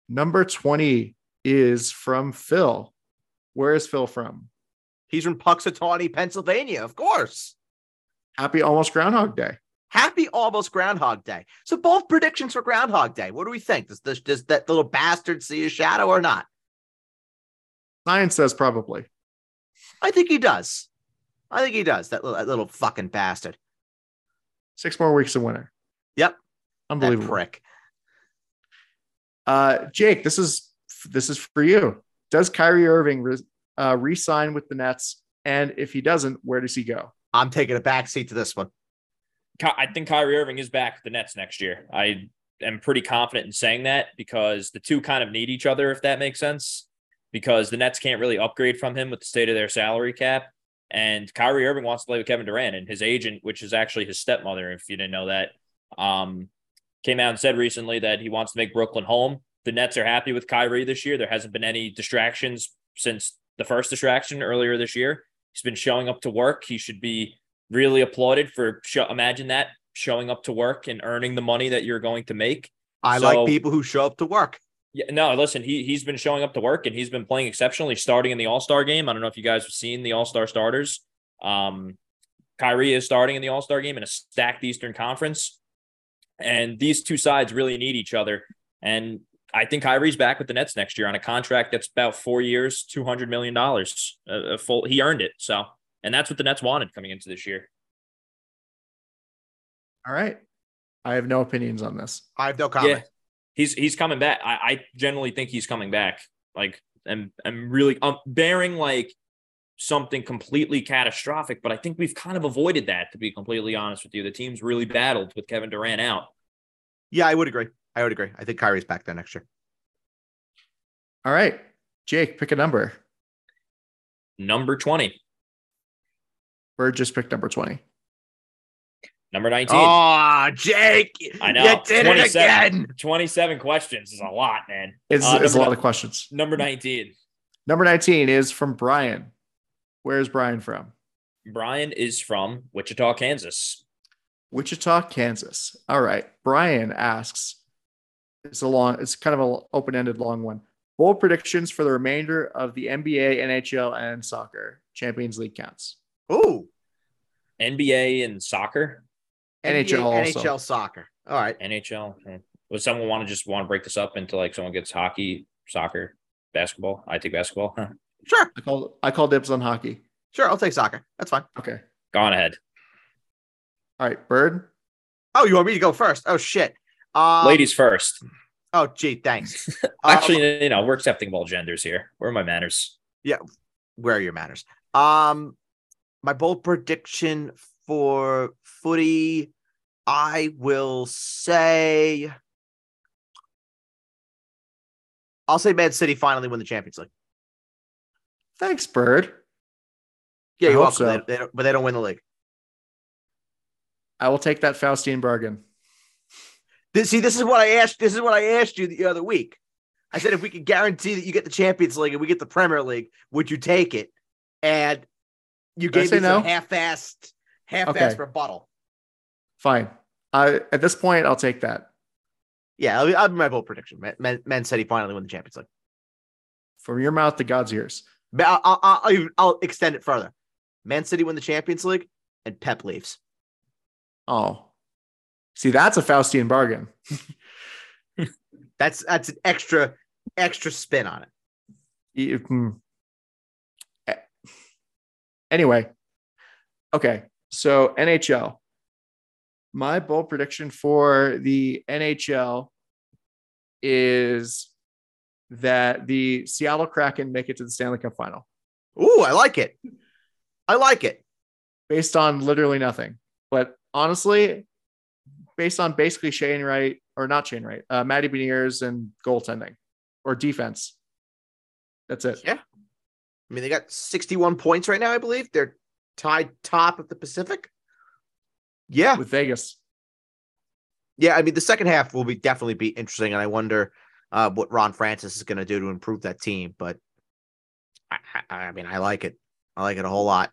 B: Number twenty is from Phil. Where is Phil from?
C: He's from Puxatawney, Pennsylvania, of course.
B: Happy almost Groundhog Day.
C: Happy almost Groundhog Day. So both predictions for Groundhog Day. What do we think? Does this does that little bastard see a shadow or not?
B: Science says probably.
C: I think he does. I think he does. That little, that little fucking bastard.
B: Six more weeks of winter.
C: Yep. That
B: Unbelievable.
C: prick.
B: Uh, Jake, this is this is for you. Does Kyrie Irving re- uh, re-sign with the Nets? And if he doesn't, where does he go?
C: I'm taking a backseat to this one.
D: Ky- I think Kyrie Irving is back with the Nets next year. I am pretty confident in saying that because the two kind of need each other, if that makes sense. Because the Nets can't really upgrade from him with the state of their salary cap. And Kyrie Irving wants to play with Kevin Durant, and his agent, which is actually his stepmother, if you didn't know that, um, came out and said recently that he wants to make Brooklyn home. The Nets are happy with Kyrie this year. There hasn't been any distractions since the first distraction earlier this year. He's been showing up to work. He should be really applauded for show, imagine that showing up to work and earning the money that you're going to make.
C: I
D: So-
C: like people who show up to work.
D: Yeah, no, listen, he he's been showing up to work and he's been playing exceptionally starting in the All-Star game. I don't know if you guys have seen the All-Star starters. Um Kyrie is starting in the All-Star game in a stacked Eastern Conference. And these two sides really need each other. And I think Kyrie's back with the Nets next year on a contract that's about 4 years, 200 million dollars. uh, A full he earned it. So, and that's what the Nets wanted coming into this year.
B: All right. I have no opinions on this.
C: I have no comment.
D: He's he's coming back. I, I generally think he's coming back. Like I'm I'm really um bearing like something completely catastrophic, but I think we've kind of avoided that to be completely honest with you. The team's really battled with Kevin Durant out.
C: Yeah, I would agree. I would agree. I think Kyrie's back there next year.
B: All right. Jake, pick a number.
D: Number 20,
B: Bird just picked number 20.
D: number 19.
C: Oh, Jake.
D: I know.
C: You did it
D: 27.
C: again.
D: 27 questions is a lot, man.
B: It's,
D: Uh,
B: it's a
D: number
B: lot
D: ni-
B: of questions.
D: Number 19.
B: Number 19 is from Brian. Where is Brian from?
D: Brian is from Wichita, Kansas.
B: Wichita, Kansas. All right. Brian asks, it's a long, it's kind of an open ended long one. Bold predictions for the remainder of the NBA, NHL, and soccer Champions League counts.
C: Ooh.
D: NBA and soccer,
B: NHL also.
C: NHL soccer. All right.
D: NHL. hmm. Would someone want to just want to break this up into like someone gets hockey, soccer, basketball? I take basketball. Huh.
C: Sure.
B: I call, I call dibs on hockey.
C: Sure. I'll take soccer. That's fine.
B: Okay.
D: Go on ahead.
B: All right. Bird,
C: Oh, you want me to go first? Oh shit. Um,
D: Ladies first.
C: Oh, gee, thanks. Um,
D: Actually, you know, we're accepting of all genders here. Where are my manners?
C: where are your manners? Um, my bold prediction for footy, I will say, I'll say Man City finally win the Champions League.
B: thanks, Bird.
C: Yeah,
B: I
C: you're
B: hope
C: welcome.
B: so.
C: They, they don't, but they don't win the league.
B: I will take that Faustian bargain.
C: This, see, this is what I asked. This is what I asked you the other week. I said if we could guarantee that you get the Champions League and we get the Premier League, would you take it? And you
B: Did I
C: gave
B: say
C: me some
B: no?
C: half-assed, half-assed
B: Okay.
C: rebuttal.
B: Fine. I, at this point, I'll take that.
C: Yeah, I'll be, I'll be my bold prediction. Man, Man, Man City finally win the Champions League.
B: From your mouth to God's ears.
C: But I'll, I'll, I'll, even- I'll extend it further. Man City win the Champions League and Pep leaves.
B: Oh. See, that's a Faustian bargain.
C: That's that's an extra extra spin on it.
B: Y- hmm. Eh. Anyway, okay. So NHL. My bold prediction for the NHL is that the Seattle Kraken make it to the Stanley Cup final
C: Ooh, I like it. I like it.
B: based on literally nothing. But honestly, based on basically Shane Wright or not Shane Wright, uh, Matty Beniers and goaltending or defense. That's it.
C: Yeah. I mean, they got 61 points right now, I believe. They're tied top of the Pacific. Yeah.
B: With Vegas.
C: Yeah. I mean, the second half will be definitely be interesting. And I wonder uh, what Ron Francis is going to do to improve that team. But I, I, I mean, I like it. I like it a whole lot.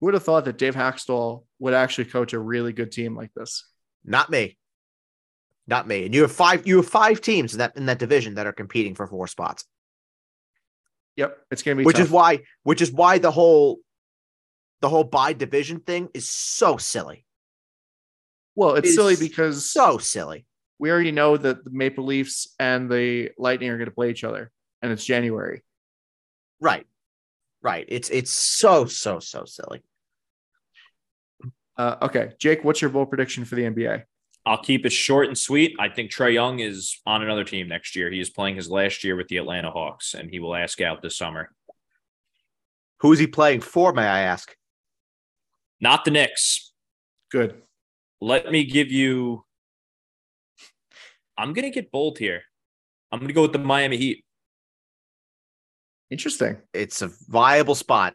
B: Who would have thought that Dave Haxtell would actually coach a really good team like this?
C: Not me. Not me. And you have five. You have five teams in that in that division that are competing for four spots,
B: Yep, it's going to be
C: which
B: tough.
C: is why which is why the whole the whole by division thing is so silly.
B: well, it's
C: is
B: silly because
C: So silly.
B: we already know that the Maple Leafs and the Lightning are going to play each other, and it's January.
C: Right. Right. It's it's so so so silly.
B: Uh, okay, Jake, what's your bold prediction for the NBA?
D: I'll keep it short and sweet. I think Trey Young is on another team next year. He is playing his last year with the Atlanta Hawks and he will ask out this summer.
C: Who is he playing for? May I ask?
D: Not the Knicks.
B: Good.
D: Let me give you. I'm going to get bold here. I'm going to go with the Miami Heat.
B: Interesting.
C: It's a viable spot.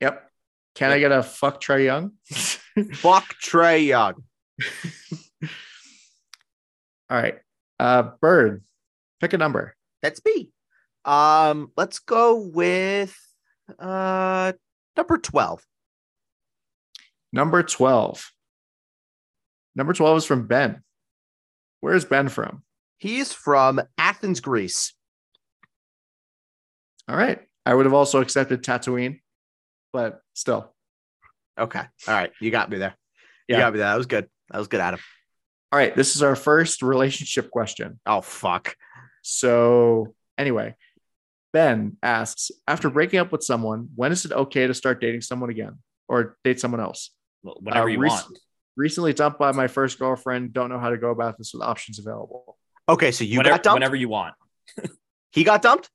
B: Yep. Can I get a fuck Trey Young?
C: Fuck Trey Young.
B: All right. Uh, Bird, pick a number.
C: That's me. Um, let's go with uh number 12.
B: Number 12. Number 12 is from Ben. Where's Ben from?
C: He's from Athens, Greece.
B: All right. I would have also accepted Tatooine, but still.
C: Okay. All right. You got me there. You
B: Yeah.
C: got me there. That was good. That was good, Adam.
B: All right. This is our first relationship question.
C: Oh fuck.
B: So, anyway, Ben asks After breaking up with someone, when is it okay to start dating someone again or date someone else?
D: Well, Whatever
B: Uh,
D: you
B: rec-
D: want.
B: Recently dumped by my first girlfriend. Don't know how to go about this with options available.
C: Okay, so you
D: whenever,
C: got dumped.
D: whenever you want.
C: He got dumped.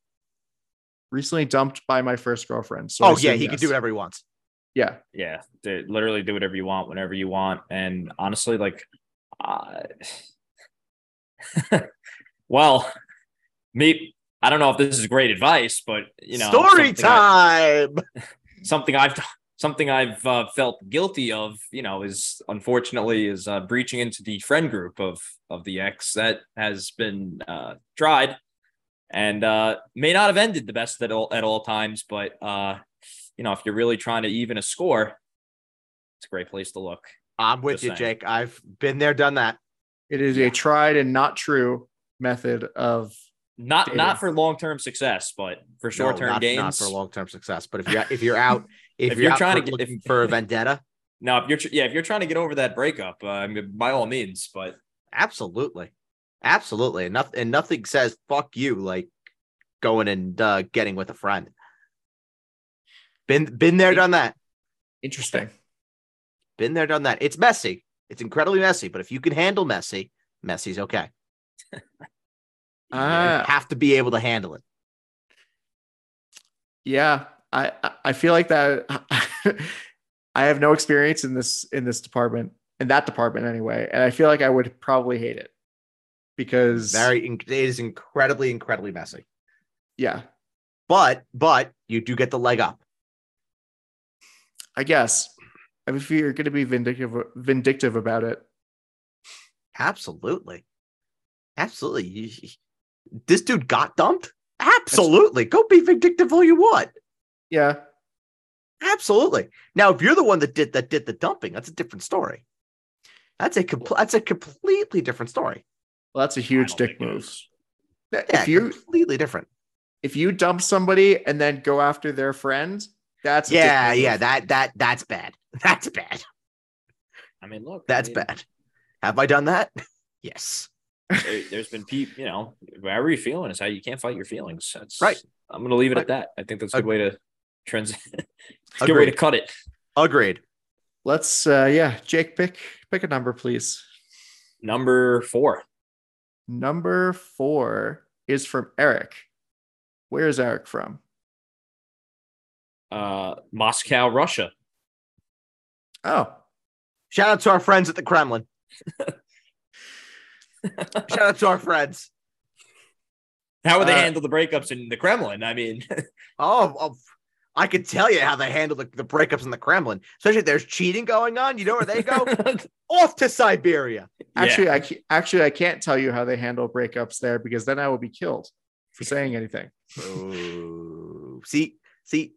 B: Recently dumped by my first girlfriend. So I
C: Oh yeah,
B: assume
C: he could
B: yes.
C: do whatever he wants.
B: Yeah.
D: yeah d- literally do whatever you want whenever you want and honestly like uh, well me i don't know if this is great advice but you know
C: story
D: something I-
C: time.
D: something i've something i've uh, felt guilty of you know is unfortunately is uh, breaching into the friend group of of the ex that has been uh, tried and uh, may not have ended the best at all at all times but uh, you know if you're really trying to even a score it's a great place to look
C: I'm with
D: Just
C: you,
D: saying.
C: Jake. I've been there, done that.
B: It is a tried and not true method of,
D: not
B: Dating.
D: not for long-term success but for short-term
C: no, not,
D: gains
C: not for long-term success. But if you're if you're out, if,
D: If
C: you're,
D: you're
C: out
D: trying
C: for
D: to get- if-
C: looking for a vendetta,
D: now if you're tr- yeah if you're trying to get over that breakup uh, I mean, by all means but
C: absolutely, absolutely, and nothing and nothing says fuck you like going and uh, getting with a friend. Been been there, done that.
B: interesting.
C: Been there, done that. It's messy. It's incredibly messy. But if you can handle messy, messy's okay. You
B: Ah.
C: have to be able to handle it.
B: yeah. I, I- I feel like that. I have no experience in this, in this department, in that department anyway. And I feel like I would probably hate it because,
C: Very, in- it is incredibly, incredibly messy.
B: yeah.
C: But but you do get the leg up.
B: I guess. I mean, if you're going to be vindictive, vindictive about it,
C: Absolutely. Absolutely. You- you- This dude got dumped? Absolutely. Go be vindictive all you want.
B: yeah,
C: Absolutely. Now, if you're the one that did that did the dumping, that's a different story. That's a compl- that's a completely different story.
B: well, that's a
D: I
B: huge
D: don't
B: dick
D: think it
B: move.
D: is.
C: Yeah,
B: if you
C: completely different.
B: if you dump somebody and then go after their friend, that's a dick
C: yeah,
B: move.
C: yeah. That that that's bad. That's bad.
D: i mean look
C: That's
D: I mean,
C: bad. Have I done that? Yes.
D: there, there's been people, you know, however you're feeling is how you can't fight your feelings. That's
C: Right.
D: I'm gonna leave it
C: Right.
D: at that. I think that's a good way to transition. it's a good way to
C: Agreed.
D: cut it.
C: Agreed.
B: Let's uh yeah, Jake pick pick a number please.
D: Number four.
B: Number 4 is from Eric. Where is Eric from?
D: Uh Moscow, Russia.
B: Oh,
C: Shout out to our friends at the Kremlin. Shout out to our friends.
D: How would they
B: Uh,
D: handle the breakups in the Kremlin? I mean,
C: Oh, oh, I could tell you how they handle the, the breakups in the Kremlin, especially if there's cheating going on. You know where they go? Off to Siberia.
B: actually I ca- actually I can't tell you how they handle breakups there because then I will be killed for saying anything.
C: Ooh. see, see,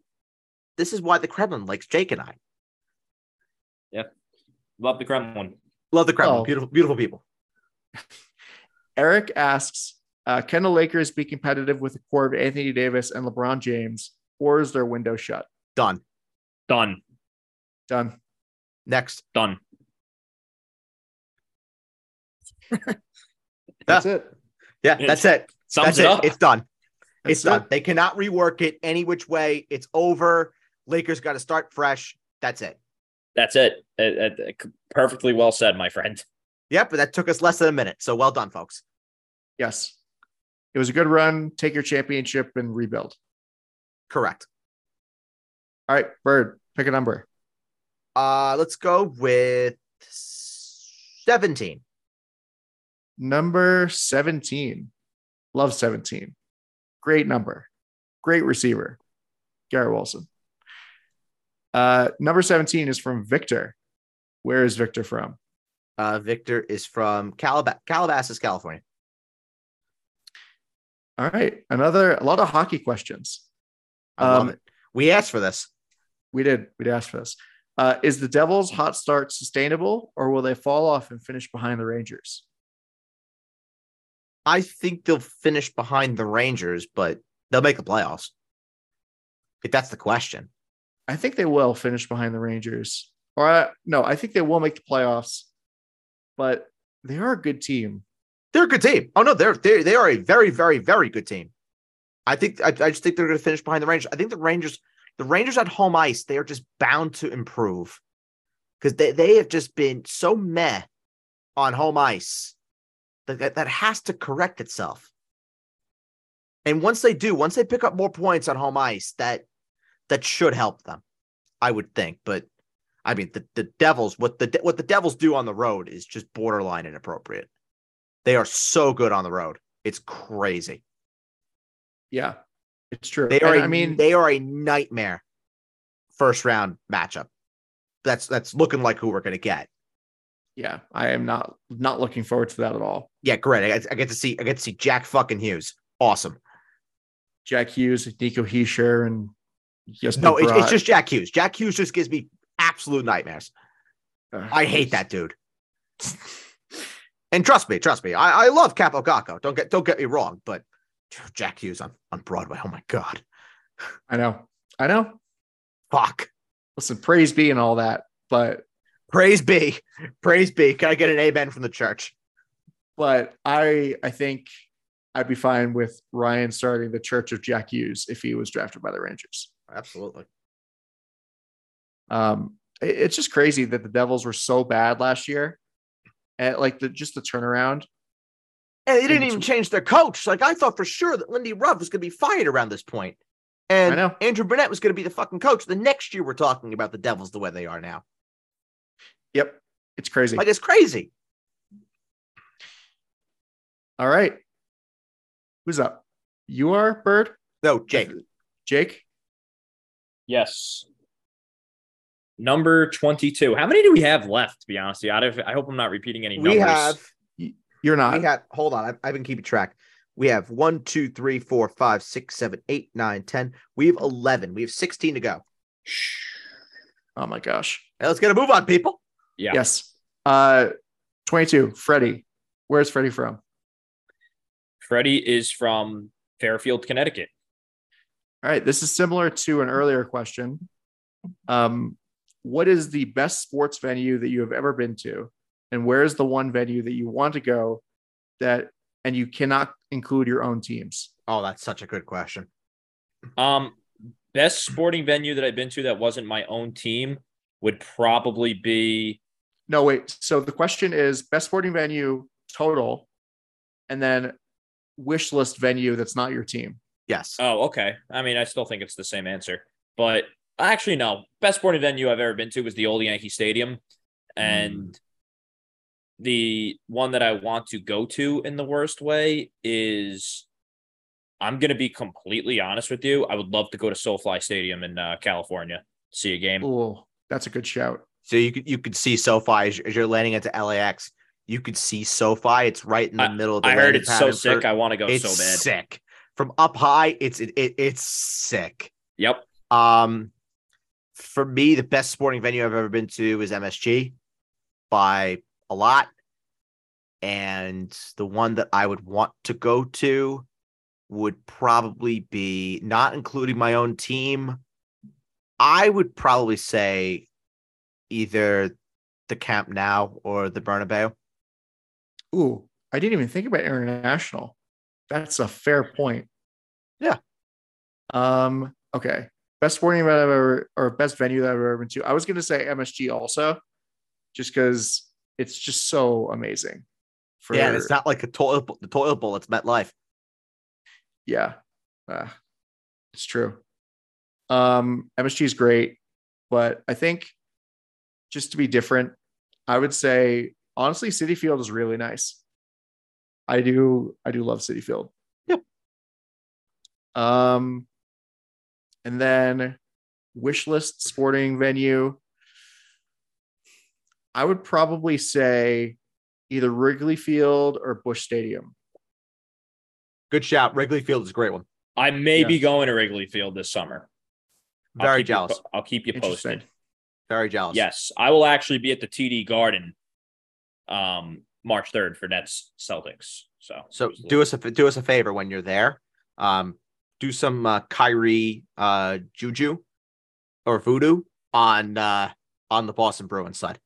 C: this is why the Kremlin likes Jake and I.
D: love the Kremlin.
C: Love the Kremlin.
B: Oh.
C: Beautiful, beautiful people.
B: Eric asks, uh, can the Lakers be competitive with the core of Anthony Davis and LeBron James, or is their window shut?
C: Done.
D: Done.
B: Done.
C: Next.
D: Done.
B: That's it.
C: Yeah,
D: Yeah.
C: that's it.
D: Sums
C: that's
D: it,
C: it.
D: up.
C: It's done.
B: That's
C: it's done.
B: it.
C: They cannot rework it any which way. It's over. Lakers got to start fresh. That's it.
D: That's it. Uh, uh, Perfectly well said, my friend.
C: Yep, but that took us less than a minute. So well done, folks.
B: Yes. It was a good run. Take your championship and rebuild.
C: Correct.
B: All right, Bird, pick a number.
C: Uh, let's go with 17.
B: Number 17. Love 17. Great number. Great receiver. Garrett Wilson. Uh, number 17 is from Victor. Where is Victor from?
C: Uh, Victor is from Calab- Calabasas, California.
B: All right. Another, a lot of hockey questions.
C: I love
B: Um,
C: it. We asked for this.
B: We did. We'd ask for this. Uh, is the Devils' hot start sustainable, or will they fall off and finish behind the Rangers?
C: I think they'll finish behind the Rangers, but they'll make the playoffs. If that's the question.
B: I think they will finish behind the Rangers. Or I, no, I think they will make the playoffs, but they are a good team.
C: They're a good team. Oh no, they're they they are a very very very good team. I think I, I just think they're going to finish behind the Rangers. I think the Rangers the Rangers at home ice they are just bound to improve because they they have just been so meh on home ice that, that that has to correct itself. And once they do, once they pick up more points on home ice, that that should help them, I would think. But I mean, the, the Devils what the what the Devils do on the road is just borderline inappropriate. They are so good on the road. It's crazy.
B: Yeah, it's true.
C: They are.
B: And
C: a-
B: I mean,
C: they are a nightmare. First round matchup. That's that's looking like who we're gonna get.
B: yeah, I am not not looking forward to that at all.
C: Yeah, great. I, get- I get to see. I get to see Jack fucking Hughes. Awesome.
B: Jack Hughes, Nico Heischer, and yes,
C: No, it's, it's just Jack Hughes. Jack Hughes just gives me absolute nightmares.
B: uh,
C: I hate that dude. and trust me, trust me. I, I love Capo Gacco. Don't get don't get me wrong, but Jack Hughes on on Broadway. Oh my god.
B: I know. I know.
C: Fuck.
B: Listen, praise be and all that, but
C: Praise be. Praise be. Can I get an amen from the church?
B: but I I think I'd be fine with Ryan starting the Church of Jack Hughes if he was drafted by the Rangers.
C: Absolutely.
B: Um, it- it's just crazy that the Devils were so bad last year, at like the just the turnaround.
C: And they didn't
B: It's-
C: even change their coach. Like I thought for sure that Lindy Ruff was going to be fired around this point. And
B: I know.
C: Andrew Burnett was going to be the fucking coach. The next year we're talking about the Devils the way they are now.
B: Yep, it's crazy.
C: Like it's crazy.
B: all right, who's up? You are Bird,
C: No, Jake.
B: Jake.
D: Yes. Number 22. How many do we have left, to be honest with you? I, don't- I hope I'm not repeating any numbers.
C: We have
B: You're not.
C: we have hold on. I've, I've been keeping track. We have one, two, three, four, five, six, seven, eight, nine, ten. We have eleven. We have sixteen to go.
B: oh my gosh.
C: Now let's get a move on, people.
D: Yeah.
B: Yes. Uh, twenty-two. Freddie. Where's Freddie from?
D: Freddie is from Fairfield, Connecticut.
B: All right. This is similar to an earlier question. Um, what is the best sports venue that you have ever been to? And where is the one venue that you want to go that and you cannot include your own teams?
C: Oh, that's such a good question.
D: Um, best sporting venue that I've been to that wasn't my own team would probably be
B: No, wait. So the question is best sporting venue total, and then wish list venue that's not your team.
C: Yes.
D: oh, okay. I mean, I still think it's the same answer, but actually, no. Best sporting venue I've ever been to was the old Yankee Stadium. And the one that I want to go to in the worst way is I'm going to be completely honest with you. I would love to go to SoFly Stadium in uh, California, see a
C: Hmm.
D: game.
B: Oh, that's a good shout.
C: So you could you could see SoFi as, as you're landing into LAX. You could see SoFi. It's right in the middle of the.
D: I heard
C: landing
D: it's so
C: pad in
D: sick.
C: front-
D: I want to go
C: it's
D: Oh, so bad.
C: sick from up high. It's it, it it's sick.
D: Yep.
C: Um, for me, the best sporting venue I've ever been to is MSG by a lot, and the one that I would want to go to would probably be not including my own team. I would probably say either the Camp Now or the Bernabeu.
B: Ooh, I didn't even think about international. That's a fair point.
C: Yeah.
B: Um. Okay. Best sporting event I've ever, or best venue that I've ever been to. I was gonna say MSG also, just because it's just so amazing. For,
C: Yeah, and it's not like a toilet bowl- the toilet bowl. It's MetLife.
B: yeah, uh, it's true. Um, MSG is great, but I think just to be different, I would say honestly, City Field is really nice. I do, I do love City Field.
C: Yep.
B: Um, and then wish list sporting venue. I would probably say either Wrigley Field or Bush Stadium.
C: Good shout. Wrigley Field is a great one.
D: I may be
B: Yes.
D: going to Wrigley Field this summer. I'll
C: Very
D: keep you
C: jealous.
D: po- I'll keep you posted.
B: Interesting.
C: Very jealous.
D: Yes, I will actually be at the TD Garden, um, March third for Nets Celtics. So
C: So do us a do us a favor when you're there. Um, do some uh, Kyrie uh, juju or voodoo on uh, on the Boston Bruins side.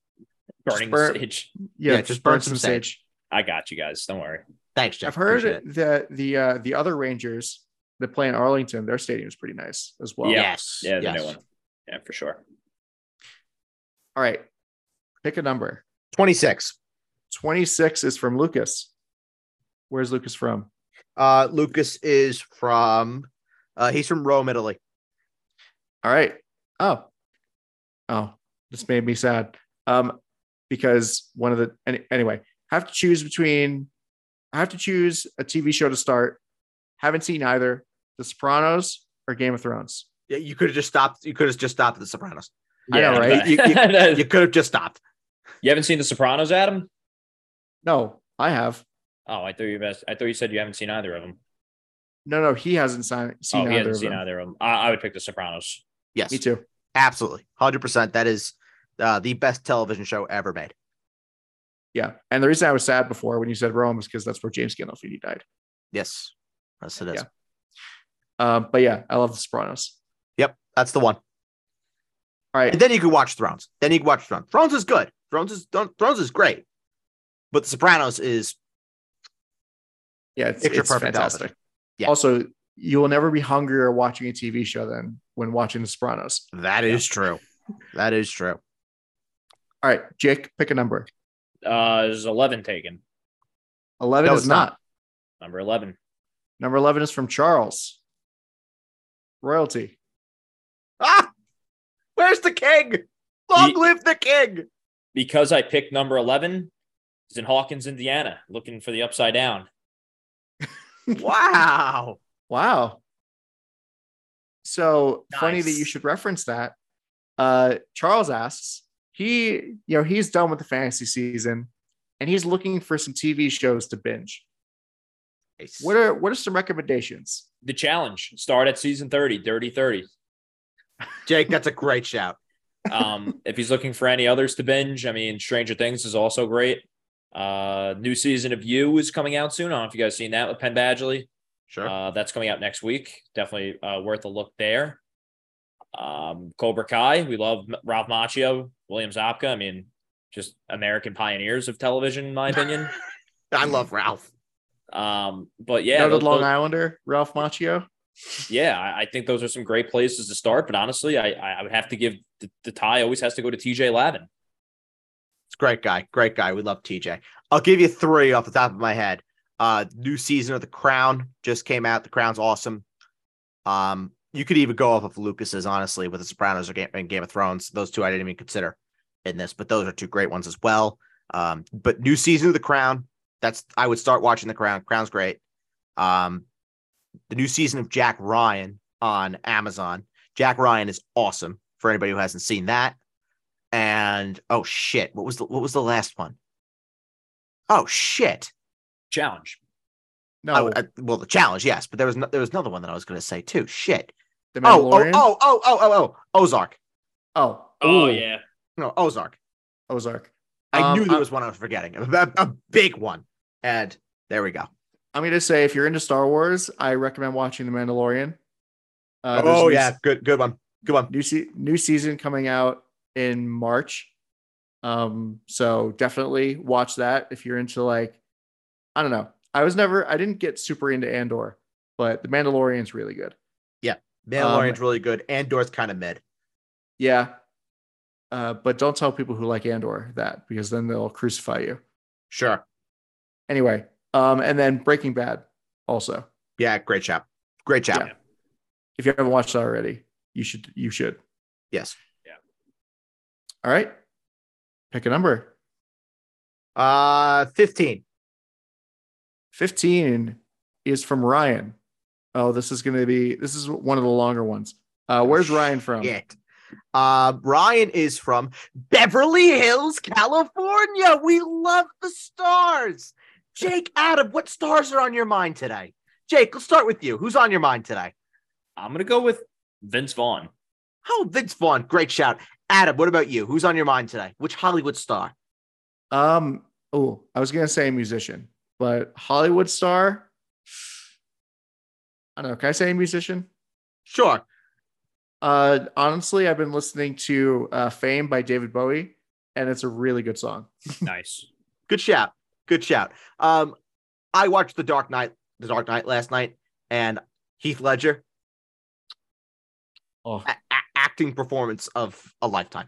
D: burning
B: burn-
D: stage.
B: Yeah,
C: Yeah,
B: just burn, some sage.
D: I got you guys. Don't worry.
C: Thanks, Jeff.
B: I've heard
C: Appreciate it.
B: that the uh, the other Rangers that play in Arlington, their stadium's pretty nice as well.
D: Yeah.
C: yes.
D: Yeah, the
C: yes.
D: new one. Yeah, for sure.
B: All right, pick a number.
C: Twenty six.
B: Twenty six is from Lucas. Where's Lucas from?
C: Uh, Lucas is from. Uh, he's from Rome, Italy.
B: All right. Oh, oh, this made me sad. Um, because one of the any, anyway, I have to choose between. I have to choose a TV show to start. Haven't seen either The Sopranos or Game of Thrones.
C: Yeah, you could have just stopped. You could have just stopped at The Sopranos.
B: I know, right?
C: You- you-
D: that-
C: You could have just stopped.
D: you haven't seen The Sopranos, Adam?
B: No, I have.
D: Oh, I thought you best. I thought you said you haven't seen either of them.
B: No, no, he hasn't si- seen
D: oh, he
B: either
D: hasn't
B: of
D: seen
B: them.
D: either of them. I, I would pick The Sopranos.
C: Yes,
B: Me too.
C: absolutely, hundred percent. That is uh, the best television show ever made.
B: Yeah. And the reason I was sad before when you said Rome is because that's where James Gandolfini died.
C: Yes, yes, it is.
B: Yeah. Um, but yeah, I love The Sopranos.
C: Yep, that's the one.
B: All right.
C: And then you could watch Thrones. Then you could watch Thrones. Thrones is good. Thrones is Thrones is great. But The Sopranos is
B: Yeah, it's,
C: Picture
B: it's
C: perfect
B: fantastic.
C: Yeah.
B: Also, you will never be hungrier watching a TV show than when watching The Sopranos.
C: that is true. That is true.
B: All right, Jake, pick a number.
D: Uh, there's eleven taken.
B: Eleven
C: No,
B: is
C: it's
B: not.
C: not.
D: Number eleven.
B: Number eleven is from Charles. Royalty.
C: Ah, where's the king? Long
D: Ye-
C: live the king!
D: because I picked number 11, is in Hawkins, Indiana, looking for the upside down.
C: Wow.
B: Wow. So funny that
D: Nice.
B: you should reference that. Uh, Charles asks, he, you know, he's done with the fantasy season and he's looking for some TV shows to binge. What are what are some recommendations?
D: The challenge start at season 30, Dirty 30.
C: Jake? That's a great shout.
D: Um, if he's looking for any others to binge, I mean, Stranger Things is also great. Uh, new season of You is coming out soon. I don't know if you guys seen that with Penn Badgley.
C: Sure.
D: Uh, that's coming out next week. Definitely uh, worth a look there. Um, Cobra Kai, we love M- Ralph Macchio, William Zabka. I mean, just American pioneers of television, in my opinion.
C: I love Ralph.
D: um, but yeah,
B: Noted
D: those-
B: Long
D: those-
B: Islander, Ralph Macchio.
D: yeah, I, I think those are some great places to start. But honestly, I, I I would have to give the, the tie always has to go to TJ Lavin.
C: It's a great guy. Great guy. We love TJ. I'll give you three off the top of my head. Uh new season of The Crown just came out. The Crown's awesome. Um, you could even go off of Lucas's, honestly, with the Sopranos or Game, and Game of Thrones. Those two I didn't even consider in this, but those are two great ones as well. Um, but new season of The Crown. That's I would start watching The Crown. Crown's great. Um, the new season of Jack Ryan on Amazon. Jack Ryan is awesome for anybody who hasn't seen that and oh shit, what was the what was the last one? Oh shit!
D: Challenge.
B: No,
C: I- I- well, the challenge, yes, but there was no, there was another one that I was going to say too. Shit!
B: The
C: Oh, oh,
B: Mandalorian.
C: oh, oh, oh, oh, oh, Ozark.
B: oh,
D: Oh
B: Ooh,
D: yeah,
C: No, Ozark.
B: Ozark.
C: I
B: Um,
C: knew there
B: I-
C: was one I was forgetting, a, a- a big one. And there we go.
B: I'm gonna say if you're into Star Wars, I recommend watching The Mandalorian. Uh, there's
C: oh
B: new-
C: yeah, good, good one, good one.
B: new se- new season coming out in March. Um, so definitely watch that if you're into like, I don't know. I was never, I didn't get super into Andor, but The Mandalorian's really good.
C: Mandalorian's
B: Um,
C: really good. Andor's kind of mid.
B: Yeah, uh, but don't tell people who like Andor that because then they'll crucify you.
C: Sure.
B: Anyway, um, and then Breaking Bad also.
C: Yeah, great job. Great job.
B: Yeah. If you haven't watched that already, you should. You should.
C: Yes.
B: All right, pick a number.
C: Uh, fifteen.
B: 15 is from Ryan. Oh, this is going to be this is one of the longer ones. Uh, where's Ryan from?
C: Shit. Uh, Ryan is from Beverly Hills, California. We love the stars. Jake Adam, what stars are on your mind today? Jake, let's start with you. Who's on your mind today?
D: I'm gonna go with Vince Vaughn.
C: Oh, Vince Vaughn. Great shout. Adam, what about you? Who's on your mind today? Which Hollywood star?
B: Um, oh, I was gonna say a musician, but Hollywood star. I don't know. Can I say a musician?
C: Sure.
B: Uh, honestly, I've been listening to uh, "Fame" by David Bowie, and it's a really good song.
D: Nice.
C: Good shout. Good shout. Um, I watched The Dark Knight, The Dark Knight last night, and Heath Ledger,
B: Oh,
C: a- a- acting performance of a lifetime.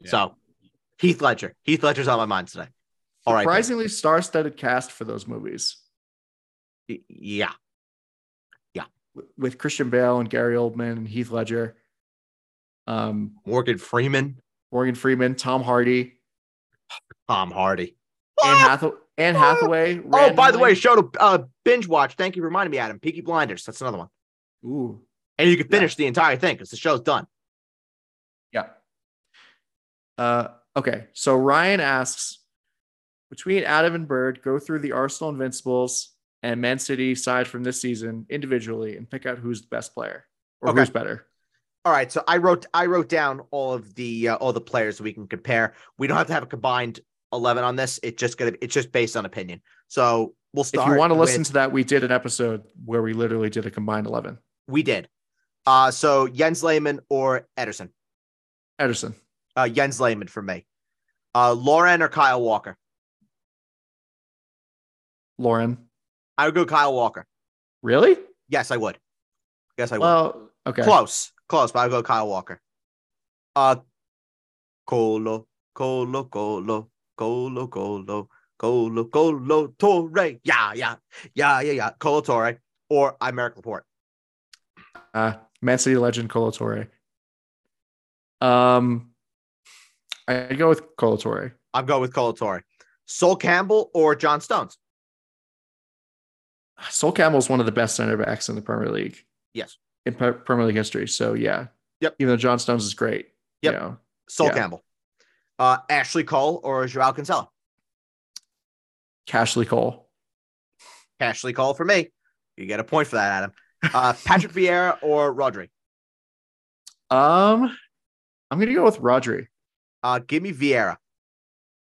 D: Yeah.
C: So, Heath Ledger. Heath Ledger's on my mind today. All right.
B: surprisingly star-studded cast for those movies
C: Y- Yeah.
B: w- with Christian Bale and Gary Oldman and Heath Ledger, um,
C: Morgan Freeman,
B: Morgan Freeman, Tom Hardy,
C: Tom Hardy.
B: Anne,
C: Ah!
B: Hathaway, Anne Hathaway.
C: Oh, by the
B: randomly.
C: way, show to uh, binge watch. Thank you for reminding me, Adam. Peaky Blinders. That's another one.
B: Ooh,
C: And you can finish the entire thing because the show's done.
B: yeah. Uh, okay, so Ryan asks between Adam and Bird, go through the Arsenal Invincibles and Man City side from this season individually and pick out who's the best player or
C: Okay.
B: who's better.
C: All right, so I wrote I wrote down all of the uh, all the players we can compare. We don't have to have a combined eleven on this. It's just gonna it's just based on opinion. So we'll start.
B: if you want to
C: with-
B: listen to that, we did an episode where we literally did a combined eleven.
C: we did. Uh, so Jens Lehmann or Ederson.
B: Ederson,
C: Uh, Jens Lehmann for me. Uh, Lauren or Kyle Walker.
B: Lauren,
C: I would go Kyle Walker.
B: really?
C: Yes, I would. Yes, I would.
B: Well, okay.
C: Close, close, but I'll go Kyle Walker. Uh, Colo, Colo, Colo, Colo, Colo, Colo, Colo Torre. Yeah, yeah, yeah, yeah, yeah. Colo Torre or Imeric Laporte.
B: Uh, Man City legend Colo Torre. Um, I go with Colo Torre.
C: I'm going with Colo Torre. Sol Campbell or John Stones.
B: Sol Campbell's one of the best center backs in the Premier League.
C: Yes.
B: In Pre- Premier League history. So, yeah.
C: Yep.
B: Even though John Stones is great.
C: Yep.
B: You know.
C: Sol
B: Yeah.
C: Campbell. Uh, Ashley Cole or Joao Cancelo.
B: Cashley Cole.
C: Ashley Cole for me. You get a point for that, Adam. Uh, Patrick Vieira or Rodri.
B: Um, I'm going to go with Rodri.
C: Uh, give me Vieira.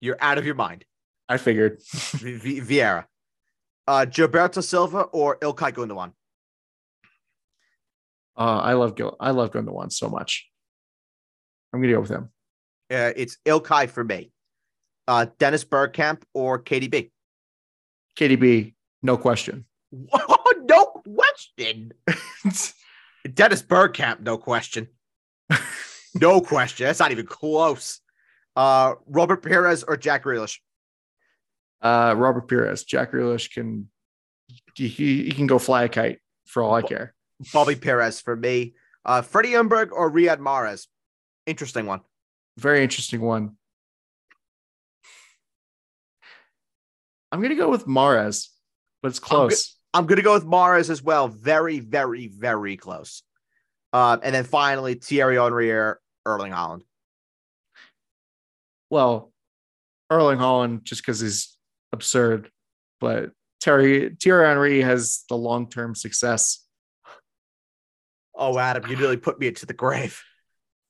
C: You're out of your mind.
B: I figured.
C: V- v- Vieira, uh, Gilberto Silva, or Ilkay Gundogan.
B: Uh, I love Gil. I love Gundogan so much. I'm going to go with him.
C: Uh, it's Ilkay for me. Uh, Dennis Bergkamp or KDB.
B: KDB, no question.
C: no question. Dennis Bergkamp, no question. no question. That's not even close. Uh, Robert Perez or Jack Grealish.
B: Uh, Robert Pires, Jack Grealish can he, he he can go fly a kite for all I care.
C: Bobby Perez for me. Uh, Freddie Umberg or Riyad Mahrez. Interesting one.
B: Very interesting one. I'm gonna go with Mares, but it's close.
C: I'm going to go with Mars as well. Very, very, very close. Um, and then finally, Thierry Henry or Erling Holland.
B: Well, Erling Holland just because he's absurd, but Terry Thierry Henry has the long term success.
C: Oh, Adam, you really put me into the grave.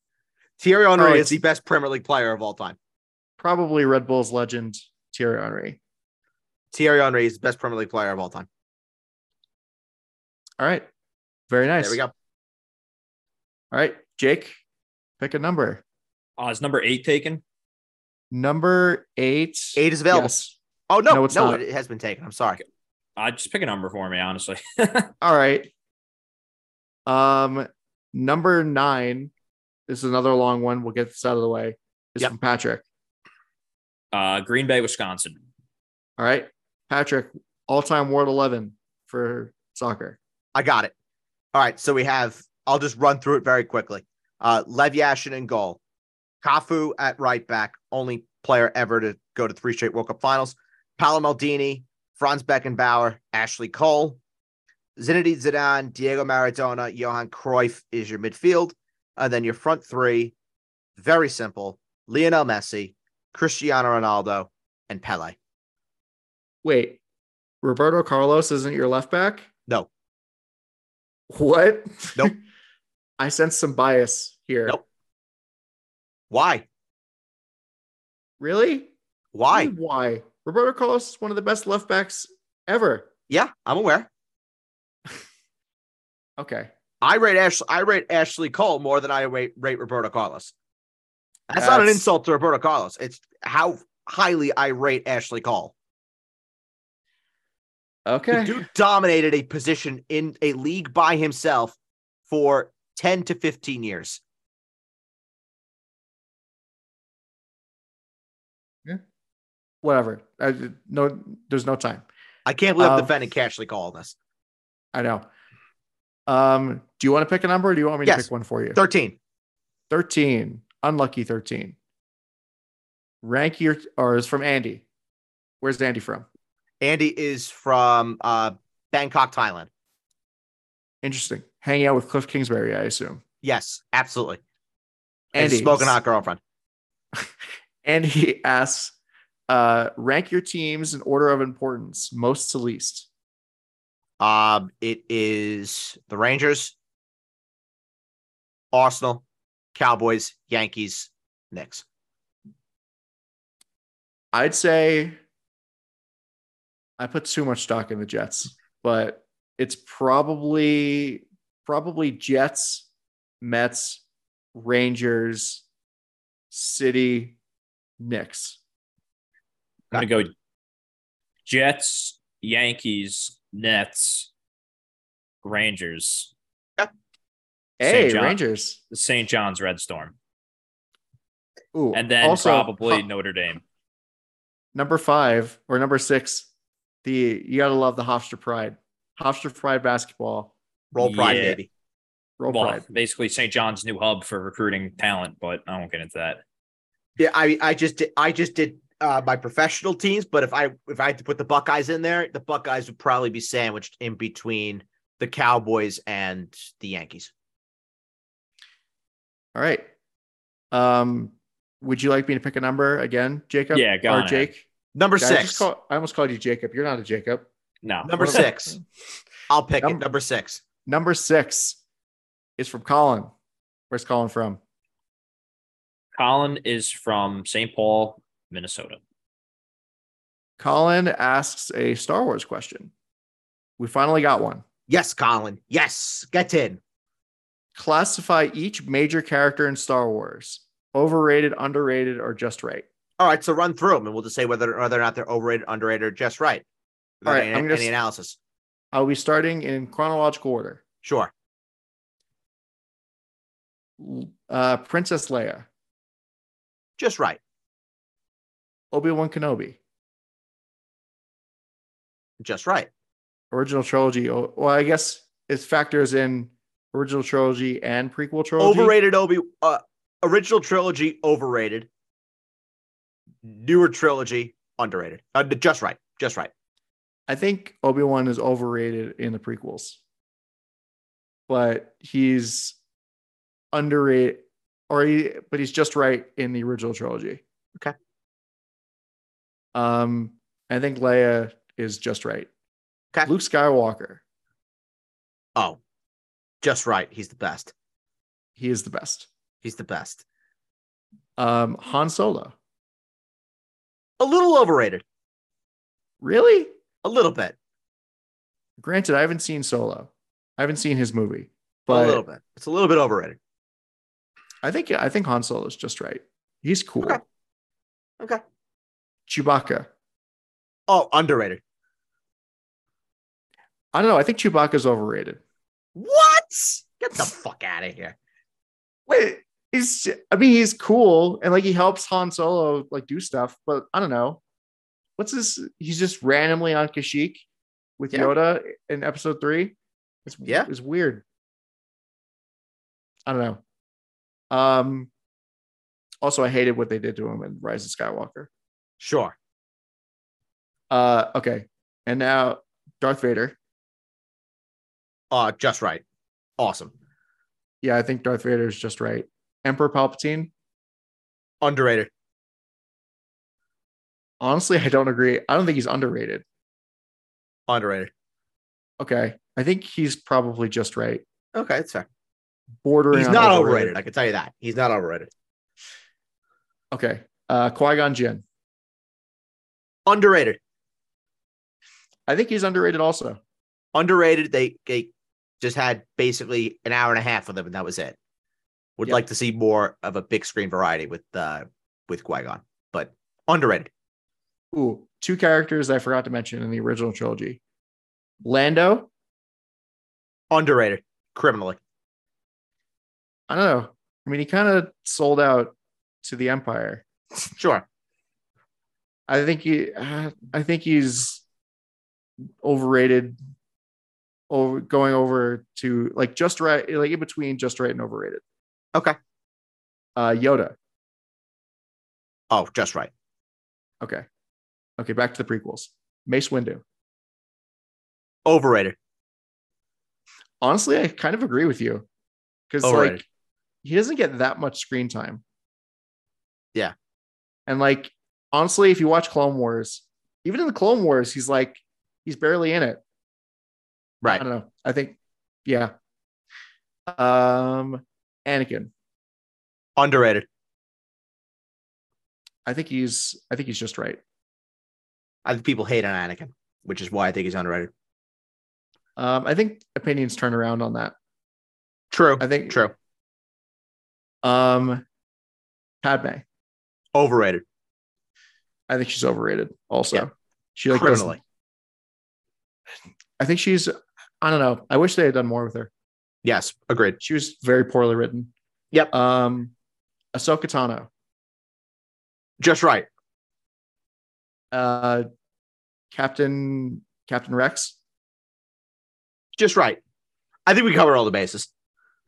C: Thierry Henry
B: Oh,
C: is
B: it's-
C: the best Premier League player of all time.
B: Probably Red Bull's legend Thierry Henry.
C: Thierry Henry is the best Premier League player of all time.
B: All right, very nice.
C: There we go.
B: All right, Jake, pick a number.
D: Uh, is number eight taken?
B: Number eight.
C: Eight is available.
B: Yes.
C: Oh, no, no,
B: No, it's not.
C: it has been taken. I'm sorry.
D: I just pick a number for me, honestly.
B: All right. Um, number nine. This is another long one. We'll get this out of the way. Is
C: Yep.
B: from Patrick.
D: Uh, Green Bay, Wisconsin.
B: All right, Patrick, all-time World Eleven for soccer.
C: I got it. All right. So we have, I'll just run through it very quickly. Uh, Lev Yashin in goal. Kafu at right back, only player ever to go to three straight World Cup finals. Paolo Maldini, Franz Beckenbauer, Ashley Cole, Zinedine Zidane, Diego Maradona, Johan Cruyff is your midfield. And then your front three, very simple Lionel Messi, Cristiano Ronaldo, and Pele.
B: Wait, Roberto Carlos isn't your left back?
C: No.
B: What?
C: Nope.
B: I sense some bias here.
C: Nope. Why?
B: Really?
C: Why?
B: Really, Why? Roberto Carlos is one of the best left backs ever.
C: Yeah, I'm aware.
B: Okay.
C: I rate Ashley. I rate Ashley Cole more than I rate, rate Roberto Carlos. That's, not an
B: That's-
C: insult to Roberto Carlos. It's how highly I rate Ashley Cole.
B: Okay.
C: The dude dominated a position in a league by himself for ten to fifteen years.
B: Whatever. I, no, there's no time.
C: I can't believe I'm
B: Um,
C: defending Ashley Cole on this.
B: I know. Um, do you want to pick a number or do you want me to
C: Yes.
B: pick one for you?
C: Thirteen.
B: 13. Unlucky 13. Rank your or is from Andy. Where's Andy from?
C: Andy is from uh, Bangkok, Thailand.
B: Interesting. Hanging out with Cliff Kingsbury, I assume.
C: Yes, absolutely.
B: Andy
C: and smoking hot girlfriend.
B: And he asks, uh, rank your teams in order of importance, most to least.
C: Um, it is the Rangers, Arsenal, Cowboys, Yankees, Knicks.
B: I'd say I put too much stock in the Jets, but it's probably probably Jets, Mets, Rangers, City, Knicks.
D: I'm gonna go Jets, Yankees, Nets, Rangers,
B: Hey,
D: John.
B: Rangers.
D: the St. John's Red Storm,
B: Ooh,
D: and then
B: also,
D: probably
B: Ho-
D: Notre Dame.
B: number five or number six. The you gotta love the Hofstra Pride, Hofstra Pride basketball,
C: Roll Pride,
D: Yeah.
C: baby.
B: roll
D: Well,
B: pride.
D: basically St. John's new hub for recruiting talent, but I won't get into that.
C: Yeah, I I just did I just did uh, my professional teams, but if I if I had to put the Buckeyes in there, the Buckeyes would probably be sandwiched in between the Cowboys and the Yankees.
B: All right. Um, would you like me to pick a number again, Jacob?
D: Yeah, go
B: or
D: on,
B: Jake.
C: Number
B: Did I, just
C: six.
B: call- I almost called you Jacob. You're not a Jacob.
D: No,
C: number
B: What am I-
C: six. I'll pick
B: Num-
C: it. Number six.
B: Number six is from Colin. Where's Colin from?
D: Colin is from St. Paul, Minnesota.
B: Colin asks a Star Wars question. We finally got one.
C: Yes, Colin. Yes. Get in.
B: Classify each major character in Star Wars overrated, underrated, or just right.
C: All right, so run through them, and we'll just say whether whether or not they're overrated, underrated, or just right.
B: All right,
C: Any,
B: I'm gonna
C: any
B: s-
C: analysis?
B: I'll be starting in chronological order.
C: Sure.
B: Uh, Princess Leia,
C: Just right.
B: Obi Wan Kenobi,
C: Just right.
B: original trilogy. Oh, Well, I guess it factors in original trilogy and prequel trilogy.
C: Overrated Obi uh, original trilogy overrated. Newer trilogy underrated. Uh, just right. Just right.
B: I think Obi Wan is overrated in the prequels, but he's underrated, or he, but he's just right in the original trilogy.
C: Okay.
B: Um, I think Leia is just right.
C: Okay.
B: Luke Skywalker,
C: Oh, just right. He's the best.
B: he is the best.
C: He's the best.
B: Um, Han Solo,
C: A little overrated.
B: really?
C: A little bit.
B: Granted, I haven't seen Solo. I haven't seen his movie,
C: a little
B: but
C: bit. It's a little bit overrated.
B: I think I think Han Solo is just right. He's cool.
C: Okay. Okay.
B: Chewbacca.
C: Oh, underrated.
B: I don't know. I think Chewbacca's overrated.
C: What? Get the fuck out of here.
B: Wait, he's I mean he's cool and like he helps Han Solo like do stuff, but I don't know. What's this? He's just randomly on Kashyyyk with
C: Yeah.
B: Yoda in episode three. It's
C: Yeah.
B: it's weird. I don't know. Um also I hated what they did to him in Rise of Skywalker.
C: Sure.
B: Uh okay. And now Darth Vader.
C: Uh, just right. Awesome.
B: Yeah, I think Darth Vader is just right. Emperor Palpatine.
C: Underrated.
B: Honestly, I don't agree. I don't think he's underrated.
C: Underrated.
B: Okay. I think he's probably just right,
C: Okay, it's fair.
B: bordering.
C: He's
B: on
C: not overrated. I can tell you that. He's not overrated.
B: Okay, uh, Qui Gon Jinn.
C: Underrated.
B: I think he's underrated also.
C: Underrated. They they just had basically an hour and a half with him, and that was it. Would
B: Yep.
C: like to see more of a big screen variety with uh with Qui Gon, but underrated.
B: Ooh, two characters I forgot to mention in the original trilogy: Lando.
C: Underrated. Criminally.
B: I don't know. I mean, he kind of sold out to the Empire.
C: Sure.
B: I think he, uh, I think he's overrated. Over going over to like just right, like in between just right and overrated.
C: Okay.
B: Uh, Yoda.
C: Oh, just right.
B: Okay. Okay. Back to the prequels. Mace Windu.
C: Overrated.
B: Honestly, I kind of agree with you because like
C: Overrated.
B: he doesn't get that much screen time.
C: Yeah.
B: And like honestly, if you watch Clone Wars, even in the Clone Wars, he's like he's barely in it. I
C: Right.
B: don't know. I think yeah. Um, Anakin.
C: Underrated.
B: I think he's I think he's just right.
C: I think people hate on Anakin, which is why I think he's underrated.
B: Um, I think opinions turn around on that.
C: True.
B: I think
C: True.
B: um Padme.
C: Overrated.
B: I think she's overrated also.
C: Yeah.
B: She like doesn't-
C: Criminally.
B: I think she's I don't know. I wish they had done more with her.
C: Yes. Agreed.
B: She was very poorly written.
C: Yep.
B: Um Ahsoka Tano.
C: Just right.
B: Uh Captain Captain Rex.
C: Just right. I think we covered all the bases.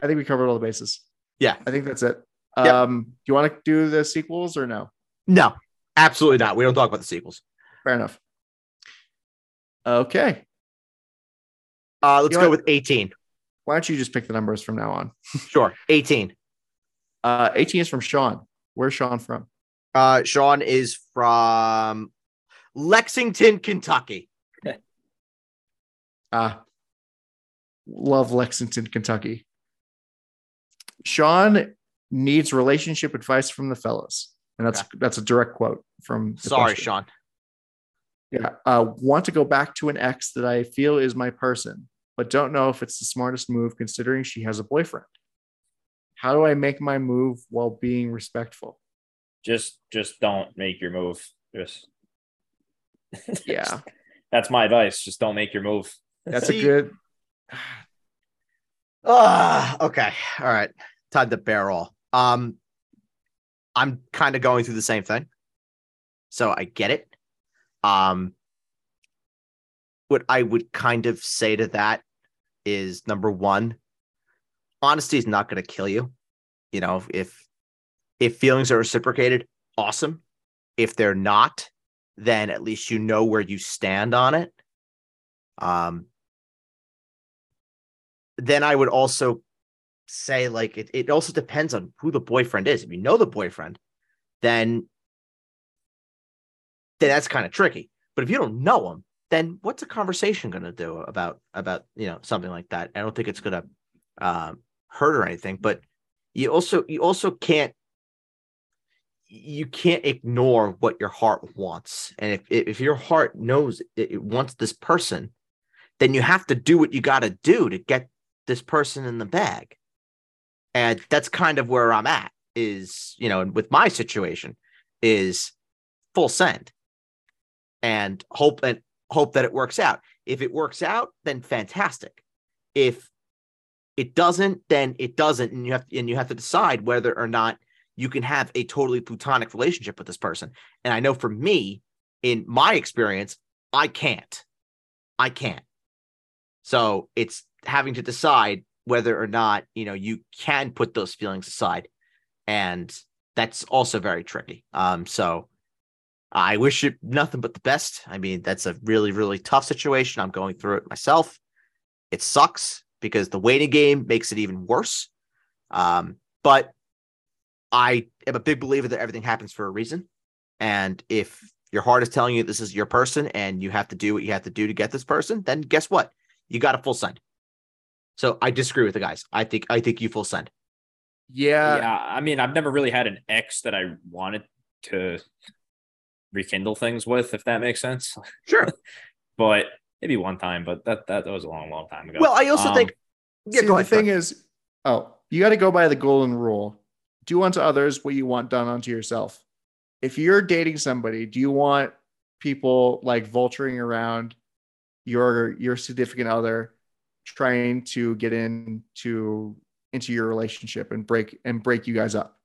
B: I think we covered all the bases.
C: Yeah.
B: I think that's it.
C: Yep.
B: Um, do you want to do the sequels or no?
C: No, absolutely not. We don't talk about the sequels.
B: Fair enough. Okay.
C: Uh, let's
B: You know
C: go
B: what?
C: with 18.
B: Why don't you just pick the numbers from now on?
C: Sure. 18.
B: Uh, 18 is from Sean. Where's Sean from?
C: Uh, Sean is from Lexington, Kentucky.
B: Ah, love Lexington, Kentucky. Sean needs relationship advice from the fellas, and that's that's a direct quote from. the
C: Sorry,
B: question.
C: Sean.
B: Yeah, uh, want to go back to an ex that I feel is my person, but don't know if it's the smartest move considering she has a boyfriend. How do I make my move while being respectful?
D: Just just don't make your move. Just
B: Yeah,
D: that's my advice. Just don't make your move.
B: that's
C: See-
B: a good.
C: Ah, okay. All right. Time to barrel. Um, I'm kind of going through the same thing. So I get it. Um, what I would kind of say to that is number one, honesty is not going to kill you. You know, if if feelings are reciprocated, awesome. If they're not, then at least you know where you stand on it. Um, then I would also say like it, it also depends on who the boyfriend is. If you know the boyfriend, then then that's kind of tricky. But if you don't know him, then what's a conversation going to do about about you know something like that? I don't think it's going to um, hurt or anything. But you also you also can't you can't ignore what your heart wants. And if if if your heart knows it, it wants this person, then you have to do what you got to do to get this person in the bag. And that's kind of where I'm at is, you know, and with my situation is full send and hope and hope that it works out. If it works out, then fantastic. If it doesn't, then it doesn't. And you have and you have to decide whether or not you can have a totally plutonic relationship with this person. And I know for me, in my experience, I can't. I can't. So it's having to decide whether or not, you know, you can put those feelings aside. And that's also very tricky. Um, so I wish you nothing but the best. I mean, that's a really, really tough situation. I'm going through it myself. It sucks because the waiting game makes it even worse. Um, but I am a big believer that everything happens for a reason. And if your heart is telling you this is your person and you have to do what you have to do to get this person, then guess what? You got a full send. So I disagree with the guys. I think I think you full send.
B: Yeah,
D: yeah, I mean, I've never really had an ex that I wanted to rekindle things with, if that makes sense.
C: Sure.
D: But maybe one time, but that that, that was a long, long time ago.
C: Well, I also
D: Um,
C: think yeah,
B: See,
C: go ahead.
B: the thing
C: Frank.
B: is, oh, you got to go by the golden rule: do unto others what you want done unto yourself. If you're dating somebody, do you want people like vulturing around your your significant other, trying to get into into your relationship and break and break you guys up?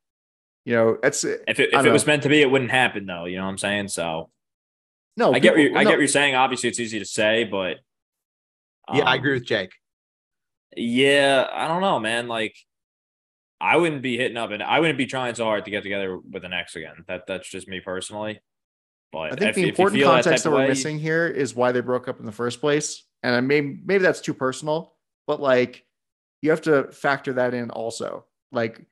B: You know, that's
D: if it,
B: I
D: if it
B: don't
D: was meant to be, it wouldn't happen, though. You know what I'm saying? So
B: no.
D: I get what
B: Oh, people-
D: you, I
B: no.
D: get what you're saying. Obviously, it's easy to say, but
C: yeah, I
D: um,
C: agree with Jake.
D: Yeah, I don't know, man. Like, I wouldn't be hitting up, and I wouldn't be trying so hard to get together with an ex again. That that's just me personally. But
B: I think
D: if,
B: the
D: if
B: important
D: you feel
B: context that,
D: that, type of
B: we're
D: way-
B: missing here is why they broke up in the first place. And I may maybe that's too personal, but like you have to factor that in also. Like,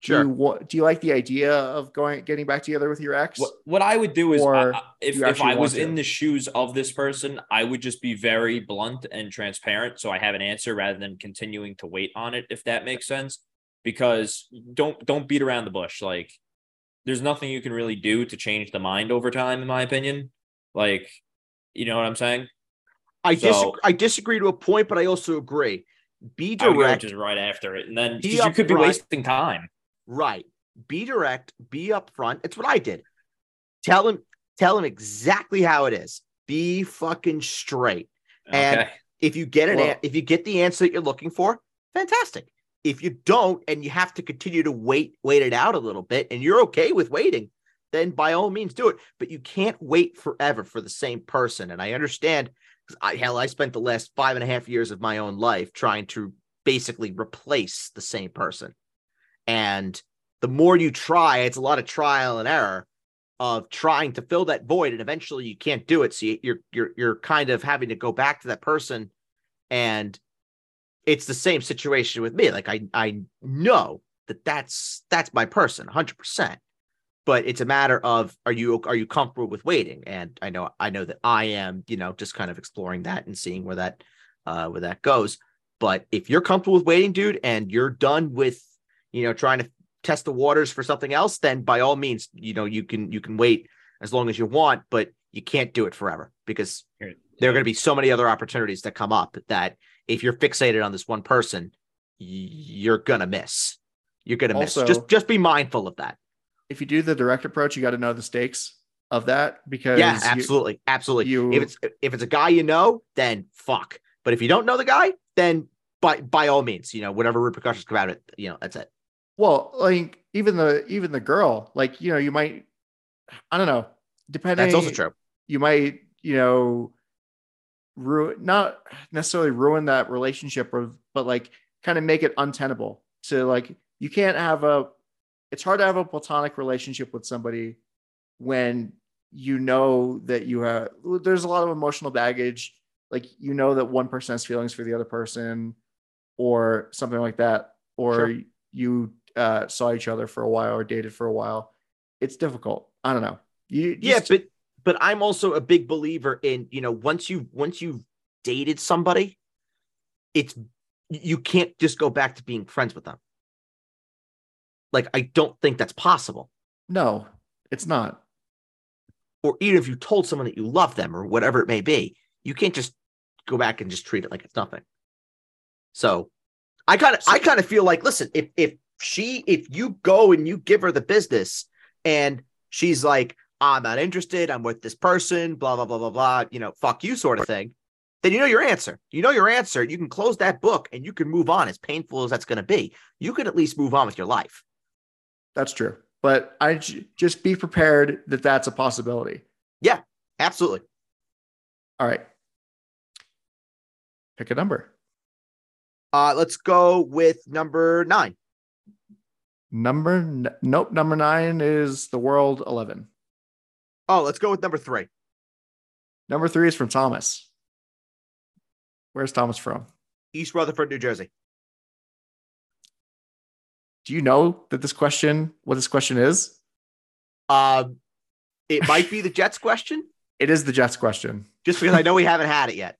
C: Sure.
B: do you wa- do you like the idea of going getting back together with your ex?
D: What, what I would do is,
B: Or
D: I- I- if,
B: you
D: if
B: actually
D: I was
B: want to.
D: in the shoes of this person, I would just be very blunt and transparent. So I have an answer rather than continuing to wait on it, if that makes sense. Because don't don't beat around the bush. Like there's nothing you can really do to change the mind over time, in my opinion. Like, you know what I'm saying?
C: I
D: So-
C: disagree, I disagree to a point, but I also agree. Be
D: I would go
C: direct,
D: just right after it. And then
C: Be
D: 'cause you could be
C: upfront.
D: wasting time.
C: right? Be direct. Be upfront. It's what I did. Tell him, tell him exactly how it is. Be fucking straight. And-
D: okay.
C: If you get an
B: Well-
C: an- if you get the answer that you're looking for, fantastic. If you don't, and you have to continue to wait, wait it out a little bit, and you're okay with waiting, then by all means do it. But you can't wait forever for the same person. And I understand 'cause I hell, I spent the last five and a half years of my own life trying to basically replace the same person. And the more you try, it's a lot of trial and error of trying to fill that void, and eventually you can't do it. So you- you're you're you're kind of having to go back to that person, and it's the same situation with me. Like I I know that that's that's my person, hundred percent. But it's a matter of are you are you comfortable with waiting? And I know I know that I am. You know, just kind of exploring that and seeing where that uh, where that goes. But if you're comfortable with waiting, dude, and you're done with you know trying to test the waters for something else, then by all means, you know, you can you can wait as long as you want, but you can't do it forever because
D: Right.
C: there are going to be so many other opportunities that come up that if you're fixated on this one person, y- you're gonna miss. You're gonna
B: Also-
C: miss. Just just be mindful of that.
B: If you do the direct approach, you got to know the stakes of that because
C: Yeah,
B: you-
C: absolutely, absolutely.
B: you-
C: if it's if it's a guy you know, then fuck. But if you don't know the guy, then by by all means, you know, whatever repercussions come out of it, you know, that's it.
B: well, like even the even the girl, like you know, you might I don't know, depending
C: That's also true.
B: you might you know ruin not necessarily ruin that relationship or but like kind of make it untenable to like you can't have a it's hard to have a platonic relationship with somebody when you know that you have there's a lot of emotional baggage like you know that one person has feelings for the other person or something like that or
C: Sure.
B: you uh, saw each other for a while or dated for a while it's difficult i don't know you
C: yeah
B: just-
C: but but i'm also a big believer in you know once you once you've dated somebody it's you can't just go back to being friends with them like i don't think that's possible
B: No, it's not.
C: or even if you told someone that you love them or whatever it may be you can't just go back and just treat it like it's nothing so i kind of i kind of feel like listen if if she if you go and you give her the business and she's like i'm not interested i'm with this person blah blah blah blah blah you know fuck you sort of thing then you know your answer you know your answer you can close that book and you can move on as painful as that's going to be you can at least move on with your life
B: That's true. But I j- just be prepared that that's a possibility.
C: absolutely
B: All right. Pick a number.
C: uh let's go with number nine
B: Number n- nope, number 9 is the world 11.
C: Oh, let's go with number three.
B: Number 3 is from Thomas. Where's Thomas from?
C: East Rutherford, New Jersey.
B: Do you know that this question what this question is?
C: Um, it might be the Jets question,
B: It is the Jets question.
C: just because I know we haven't had it yet.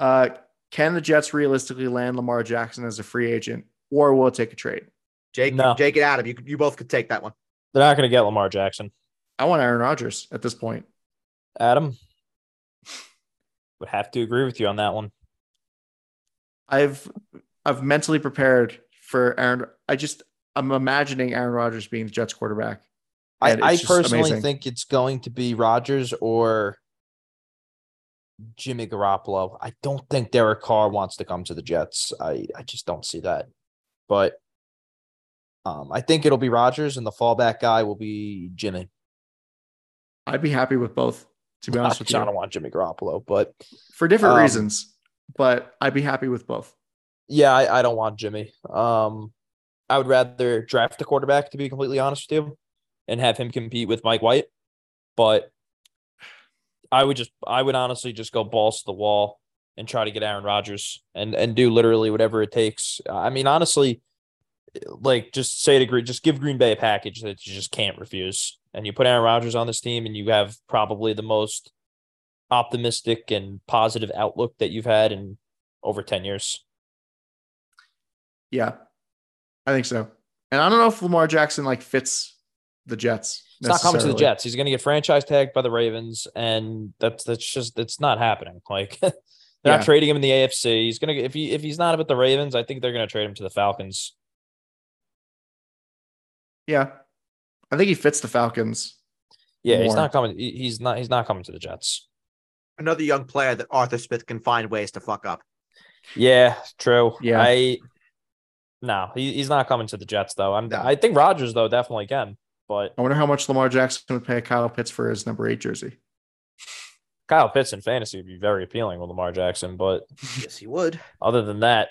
B: Uh Can the Jets realistically land Lamar Jackson as a free agent, or will it take a trade?
C: Jake,
E: No.
C: Jake and Adam, you you both could take that one.
E: They're not going to get Lamar Jackson.
B: I want Aaron Rodgers at this point.
E: Adam would have to agree with you on that one.
B: I've I've mentally prepared for Aaron. I just I'm imagining Aaron Rodgers being the Jets quarterback.
D: I,
B: And
D: I
B: it's just
D: personally
B: amazing.
D: think it's going to be Rogers or Jimmy Garoppolo. I don't think Derek Carr wants to come to the Jets. I, I just don't see that. But um, I think it'll be Rogers, and the fallback guy will be Jimmy.
B: I'd be happy with both, to be
D: I
B: honest with
D: don't
B: you,
D: want Jimmy Garoppolo, but
B: for different
D: Um,
B: reasons. But I'd be happy with both.
D: yeah, I, I don't want Jimmy. Um, I would rather draft a quarterback, to be completely honest with you, and have him compete with Mike White. But I would just, I would honestly just go balls to the wall and try to get Aaron Rodgers and and do literally whatever it takes. I mean, honestly, like just say to Green, just give Green Bay a package that you just can't refuse, and you put Aaron Rodgers on this team, and you have probably the most optimistic and positive outlook that you've had in over ten years.
B: Yeah, I think so. And I don't know if Lamar Jackson like fits the Jets.
D: It's not coming to the
B: necessarily.
D: Jets. He's going to get franchise tagged by the Ravens, and that's that's just that's not happening. Like they're
B: Yeah.
D: not trading him in the AFC. He's gonna if he if he's not with the Ravens, I think they're going to trade him to the Falcons.
B: Yeah, I think he fits the Falcons.
D: Yeah, he's
B: More.
D: not coming. he- He's not. He's not coming to the Jets.
C: Another young player that Arthur Smith can find ways to fuck up.
D: Yeah, true.
B: Yeah.
D: I no, he, he's not coming to the Jets though. I'm,
C: No.
D: I think Rogers though definitely can, but
B: I wonder how much Lamar Jackson would pay Kyle Pitts for his number eight jersey.
D: Kyle Pitts in fantasy would be very appealing with Lamar Jackson. But
C: yes, he would.
D: other than that,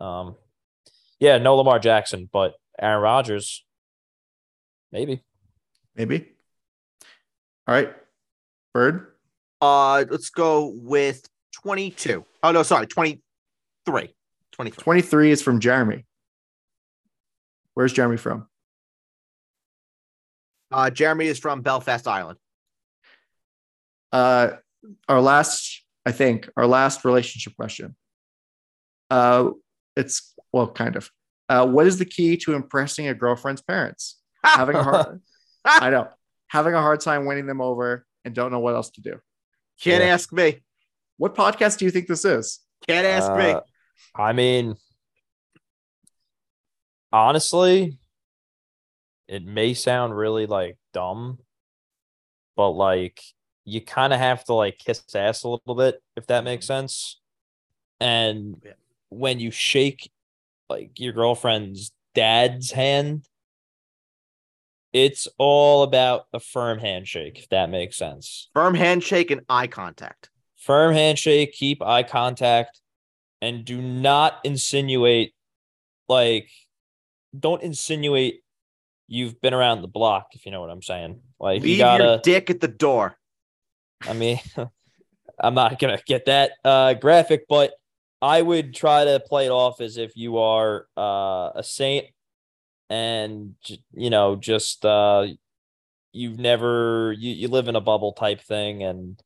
D: um, yeah, no Lamar Jackson, but Aaron Rodgers, maybe.
B: Maybe. All right, Bird.
C: Uh, let's go with 22. Oh no, sorry, 23. 23.
B: 23 is from Jeremy. Where's Jeremy from?
C: Uh, Jeremy is from Belfast, Ireland.
B: Uh, our last, I think, our last relationship question. Uh, it's well, kind of. Uh, what is the key to impressing a girlfriend's parents? Having a hard, I know, having a hard time winning them over and don't know what else to do.
C: Can't
D: Yeah.
C: ask me.
B: What podcast do you think this is?
C: Can't ask
D: Uh, I mean, honestly, it may sound really like dumb, but like you kind of have to like kiss ass a little bit, if that makes sense. And
C: Yeah.
D: when you shake like your girlfriend's dad's hand, it's all about a firm handshake, if that makes sense
C: me. Firm handshake and eye contact.
D: firm handshake, keep eye contact, and do not insinuate like don't insinuate you've been around the block, if you know what I'm saying. Like
C: Leave
D: you gotta
C: your dick at the door.
D: I mean I'm not gonna get that uh graphic, but I would try to play it off as if you are uh a saint and j- you know, just uh you've never you, you live in a bubble type thing and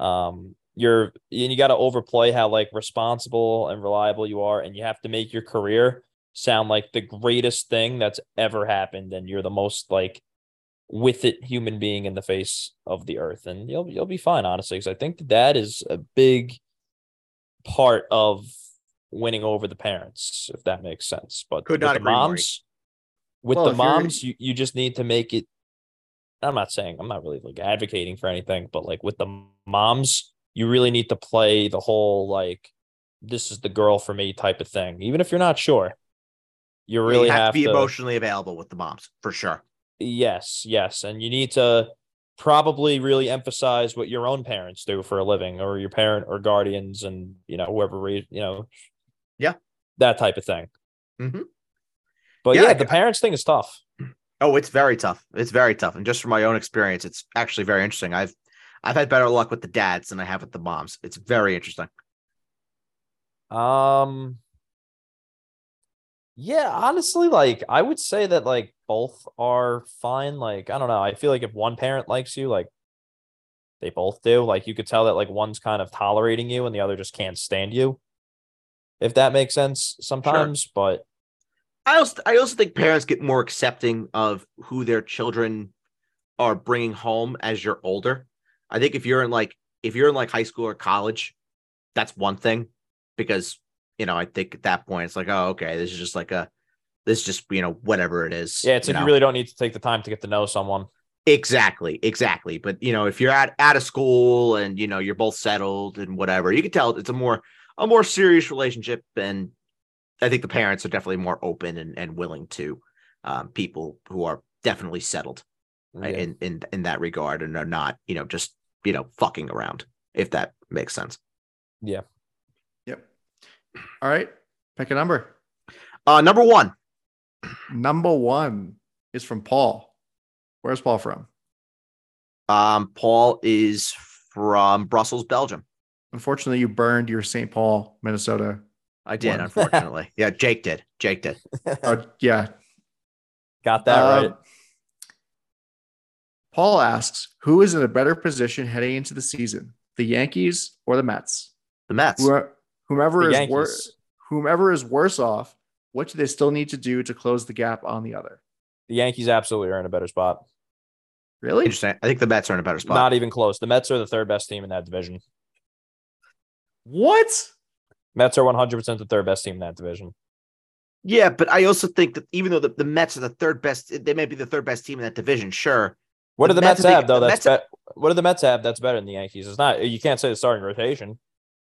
D: um you're and you got to overplay how like responsible and reliable you are and you have to make your career sound like the greatest thing that's ever happened and you're the most like with it human being in the face of the earth and you'll you'll be fine honestly cuz I think that, that is a big part of winning over the parents if that makes sense but
C: Could
D: with
C: not
D: the
C: agree more.
D: moms with
B: Well,
D: the
B: if you're-
D: moms you, you just need to make it I'm not saying I'm not really like advocating for anything, but like with the moms, you really need to play the whole like this is the girl for me type of thing. Even if you're not sure, you really
C: you have, to be
D: to
C: emotionally available with the moms for sure.
D: Yes, yes, and you need to probably really emphasize what your own parents do for a living, or your parent or guardians, and you know whoever raised you know,
C: Yeah.
D: that type of thing.
C: Mhm.
D: But
C: Yeah,
D: yeah,
C: I-
D: the parents thing is tough.
C: Oh, it's very tough. It's very tough. And just from my own experience, it's actually very interesting. I've I've had better luck with the dads than I have with the moms. It's very interesting.
D: Um Yeah, honestly, like I would say that like both are fine. Like, I don't know. I feel like if one parent likes you, like They both do. Like you could tell that like one's kind of tolerating you and the other just can't stand you. If that makes sense sometimes, but
C: I also I also think parents get more accepting of who their children are bringing home as you're older. I think if you're in like if you're in like high school or college, that's one thing because you know I think at that point it's like oh okay this is just like a this is just you know whatever it is.
D: yeah, it's
C: you
D: like
C: know?
D: you really don't need to take the time to get to know someone.
C: Exactly, exactly. But you know, if you're at out of school and you know you're both settled and whatever, you can tell it's a more a more serious relationship, and I think the parents are definitely more open and, and willing to um, people who are definitely settled uh,
D: Yeah.
C: in in in that regard and are not you know just you know fucking around if that makes sense.
B: Yep. All right. Pick a number.
C: Uh, number one,
B: Number one is from Paul. Where's Paul from?
C: um, Paul is from Brussels, Belgium.
B: Unfortunately, you burned your St. Paul, Minnesota.
C: I did,
B: One.
C: unfortunately. yeah, Jake did. Jake did.
B: Uh, yeah.
D: Got that
B: Um,
D: right.
B: Paul asks, who is in a better position heading into the season, the Yankees or the Mets?
C: The Mets.
B: Whoe- Whomever
D: The
B: is wor-
D: Yankees.
B: whomever is worse off, what do they still need to do to close the gap on the other?
D: The Yankees absolutely are in a better spot.
B: Really?
C: Interesting. I think the Mets are in a better spot.
D: Not even close. The Mets are the third best team in that division.
B: What?
D: Mets are 100% the third best team in that division.
C: Yeah, but I also think that even though the, the Mets are the third best, they may be the third best team in that division. Sure,
D: What
C: The
D: do the Mets,
C: Mets are the-
D: have though?
C: the
D: That's
C: Mets
D: bet what do the Mets have that's better than the Yankees? It's not you can't say the starting rotation.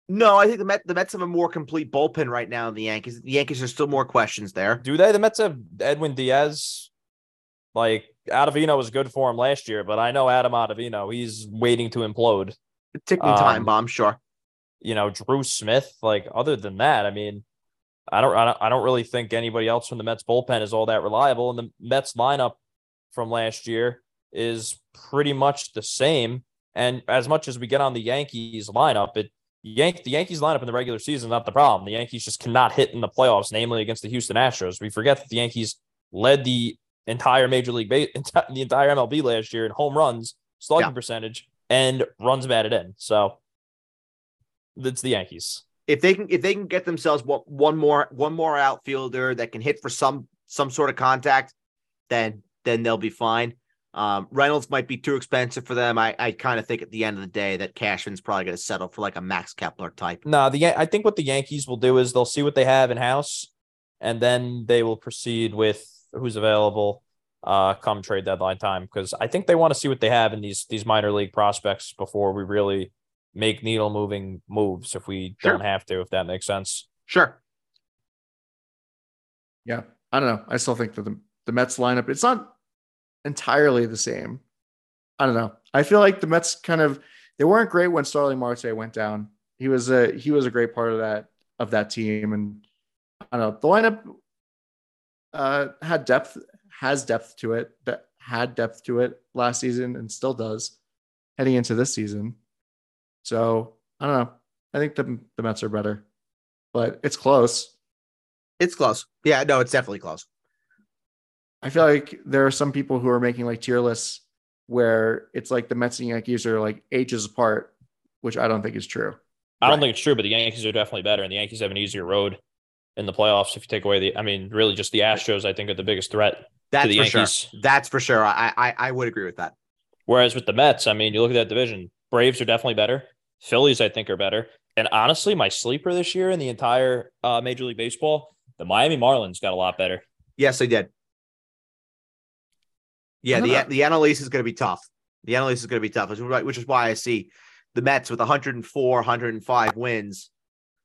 C: no, I think the Met, the Mets have a more complete bullpen right now than the Yankees. The Yankees are still more questions there.
D: Do they? The Mets have Edwin Diaz. Like Adavino was good for him last year, but I know Adam Adavino, he's waiting to implode.
C: Ticking time
D: Um,
C: bomb, sure.
D: You know, Drew Smith. Like other than that, I mean, I don't, I don't, I don't really think anybody else from the Mets bullpen is all that reliable. And the Mets lineup from last year is pretty much the same. And as much as we get on the Yankees lineup, it Yank the Yankees lineup in the regular season is not the problem. The Yankees just cannot hit in the playoffs, namely against the Houston Astros. We forget that the Yankees led the entire Major League Base, the entire MLB last year in home runs, slugging
C: Yeah.
D: percentage, and runs batted in. So it's the Yankees.
C: If they can, if they can get themselves one, one more one more outfielder that can hit for some some sort of contact, then then they'll be fine. Um, Reynolds might be too expensive for them. I, I kind of think at the end of the day that Cashman's probably going to settle for like a Max Kepler type.
D: No, the Yan- I think what the Yankees will do is they'll see what they have in house, and then they will proceed with who's available uh, come trade deadline time because I think they want to see what they have in these these minor league prospects before we really make needle moving moves if we
C: Sure.
D: don't have to if that makes sense.
C: Sure,
B: Yeah. I don't know. I still think that the, the Mets lineup, it's not entirely the same. I don't know. I feel like the Mets kind of they weren't great when Starling Marte went down. He was a he was a great part of that of that team. And I don't know. The lineup uh had depth, has depth to it, that had depth to it last season and still does heading into this season. So I don't know. I think the the Mets are better. But it's close.
C: it's close. Yeah, no, it's definitely close.
B: I feel like there are some people who are making like tier lists where it's like the Mets and Yankees are like ages apart, which I don't think is true.
D: I don't
C: Right.
D: think it's true, but the Yankees are definitely better, and the Yankees have an easier road in the playoffs if you take away the. I mean, really, just the Astros. I think are the biggest threat
C: That's
D: to the
C: for sure.
D: Yankees.
C: That's for sure. I, I I would agree with that.
D: Whereas with the Mets, I mean, you look at that division, Braves are definitely better. Phillies, I think, are better. And honestly, my sleeper this year in the entire uh, Major League Baseball, the Miami Marlins got a lot better.
C: Yes, I did. Yeah,
B: I don't
C: the
B: know.
C: the analysis is going to be tough. The analysis is going to be tough, which is why- which is why I see the Mets with 104, 105 wins.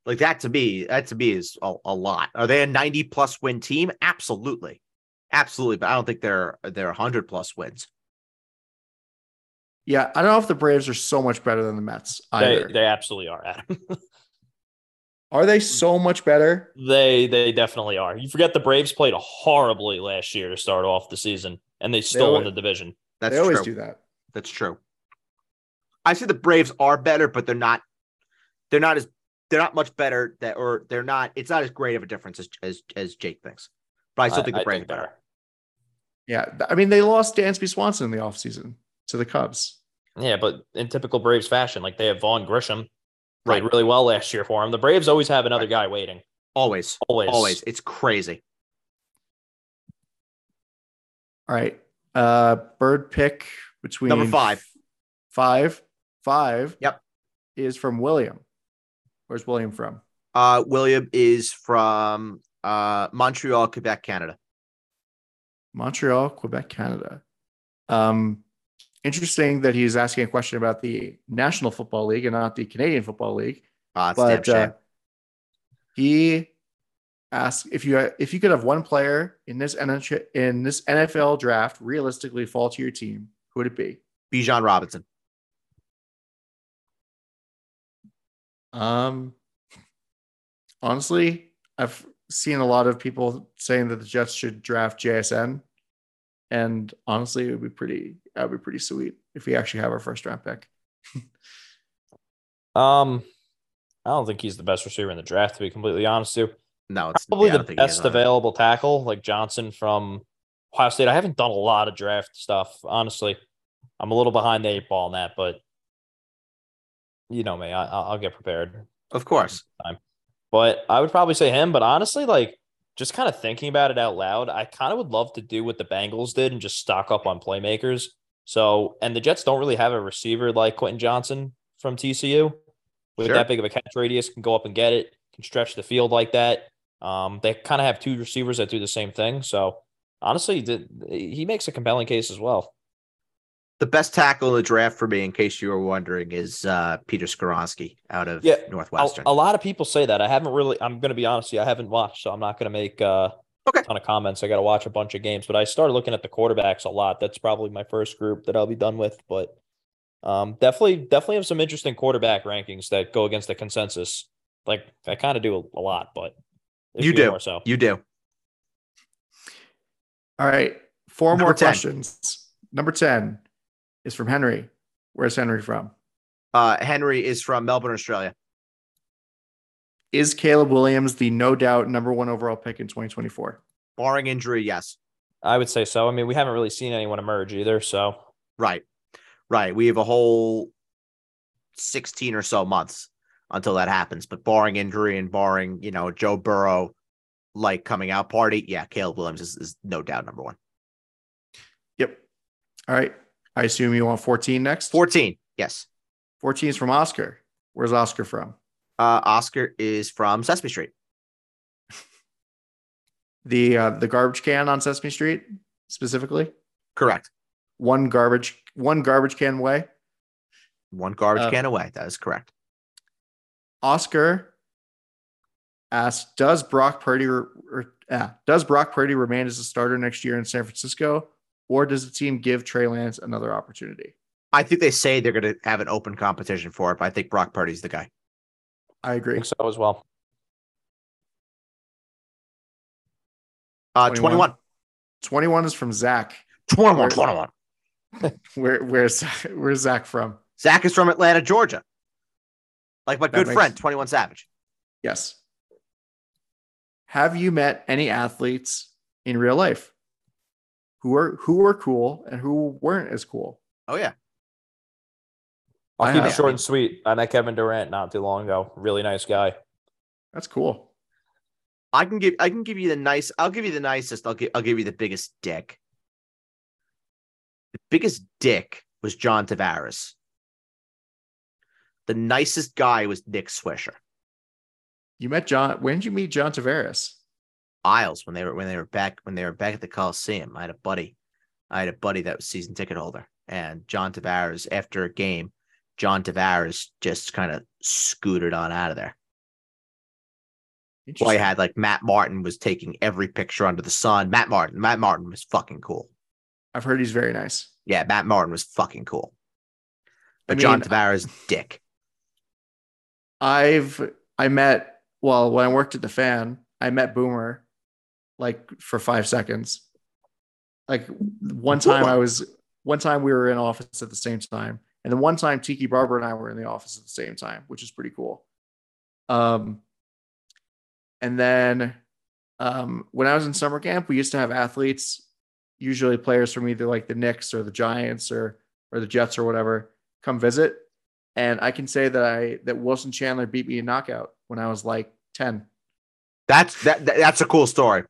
C: Like that to me, that to me is a, a lot. Are they a 90 plus win team? Absolutely, absolutely. But I don't think they're they're 100 plus wins.
B: Yeah, I don't know if the Braves are so much better than the Mets
D: They,
B: either.
D: they absolutely are, Adam.
B: are they so much better?
D: they they definitely are. You forget the Braves played horribly last year to start off the season, and they still won
B: always-
D: the division.
C: That's
B: they always
C: true.
B: do that.
C: That's true. I see the Braves are better, but they're not. They're not as they're not much better that or they're not. It's not as great of a difference as as, as Jake thinks. But I still think the Braves
D: they
C: are better.
B: Yeah. th- I mean, they lost Dansby Swanson in the offseason to the Cubs.
D: Yeah, but in typical Braves fashion, like they have Vaughn Grisham played
C: Right.
D: really well last year for him. The Braves always have another guy waiting.
C: Always.
D: Always.
C: Always. It's crazy.
B: All right. Uh bird pick between
C: Number five.
B: Five. Five.
C: Yep.
B: Is from William. Where's William from?
C: Uh, William is from uh, Montreal, Quebec, Canada.
B: Montreal, Quebec, Canada. Um interesting that he's asking a question about the National Football League and not the Canadian Football League.
C: Uh, it's damn
B: but
C: shame.
B: uh, he asked if you if you could have one player in this NHL, in this NFL draft realistically fall to your team, who would it be?
C: Bijan Robinson.
B: Um, honestly, I've seen a lot of people saying that the Jets should draft JSN, and honestly, it would be pretty. That would be pretty sweet if we actually have our first round pick.
D: Um, I don't think he's the best receiver in the draft, to be completely honest with you.
C: No, it's
D: Probably
C: yeah, I don't
D: the
C: think he is
D: best
C: on it.
D: available tackle, like Johnson from Ohio State. I haven't done a lot of draft stuff, honestly. I'm a little behind the eight ball on that, but you know me, I, I'll I'll get prepared.
C: Of course.
D: But I would probably say him. But honestly, like just kind of thinking about it out loud, I kind of would love to do what the Bengals did and just stock up on playmakers. So, and the Jets don't really have a receiver like Quentin Johnson from TCU with
C: Sure.
D: that big of a catch radius, can go up and get it, can stretch the field like that. Um, they kind of have two receivers that do the same thing. So, honestly, the, he makes a compelling case as well.
C: The best tackle in the draft for me, in case you were wondering, is uh, Peter Skoronsky out of
D: Yeah, A,
C: Northwestern.
D: a lot of people say that. I haven't really, I'm going to be honest with you, I haven't watched, so I'm not going to make uh,
C: Okay.
D: a ton of comments. I got to watch a bunch of games, but I started looking at the quarterbacks a lot. That's probably my first group that I'll be done with, but um, definitely, definitely have some interesting quarterback rankings that go against the consensus. Like I kind of do a, a lot, but this
C: You
D: year
C: do.
D: more so.
C: you do.
B: All right, four
C: Number
B: more
C: 10.
B: questions. Number ten is from Henry. Where's Henry from?
C: Uh, Henry is from Melbourne, Australia.
B: Is Caleb Williams the no doubt number one overall pick in 2024?
C: Barring injury, yes.
D: I would say so. I mean, we haven't really seen anyone emerge either, so
C: Right. Right. We have a whole 16 or so months until that happens. But barring injury and barring, you know, Joe Burrow like coming out party, yeah, Caleb Williams is, is no doubt number one.
B: Yep. All right. I assume you want 14 next.
C: 14. Yes.
B: 14 is from Oscar. Where's Oscar from?
C: Uh, Oscar is from Sesame Street.
B: The uh, the garbage can on Sesame Street specifically.
C: Correct.
B: One garbage one garbage can way.
C: One garbage
B: Uh,
C: can away. That is correct.
B: Oscar asked, "Does Brock Purdy re- re- ah, does Brock Purdy remain as a starter next year in San Francisco, or does the team give Trey Lance another opportunity?"
C: I think they say they're going to have an open competition for it, but I think Brock Purdy's the guy.
B: I
D: I
B: agree.
D: think so as well.
C: Uh,
B: 21.
C: 21.
B: 21 is from Zach.
C: 21. 21.
B: Where where's where's Zach from?
C: Zach is from Atlanta, Georgia. Like my
B: That
C: good
B: makes-
C: friend, 21 Savage.
B: Yes. Have you met any athletes in real life who are who were cool and who weren't as cool?
C: Oh, yeah.
D: I'll
B: I
D: keep
B: have.
D: it short and sweet. I met Kevin Durant not too long ago. Really nice guy.
B: That's cool.
C: I can give I can give you the nice. I'll give you the nicest. I'll give I'll give you the biggest dick. The biggest dick was John Tavares. The nicest guy was Nick Swisher.
B: You met John. When did you meet John Tavares?
C: Isles when they were when they were back when they were back at the Coliseum. I had a buddy, I had a buddy that was season ticket holder, and John Tavares after a game, John Tavares just kind of scooted on out of there. Well, you had like Matt Martin was taking every picture under the sun. Matt Martin, Matt Martin was fucking cool.
B: I've heard he's very nice.
C: Yeah, Matt Martin was fucking cool.
B: I
C: But John
B: mean-
C: Tavares, dick.
B: I've I met well when I worked at the fan, I met Boomer like for five seconds. Like one time I was one time we were in office at the same time, and then one time Tiki Barber and I were in the office at the same time, which is pretty cool. Um, and then um, when I was in summer camp, we used to have athletes, usually players from either like the Knicks or the Giants or or the Jets or whatever, come visit. And I can say that I that Wilson Chandler beat me in knockout when I was like 10.
C: That's that, that that's a cool story.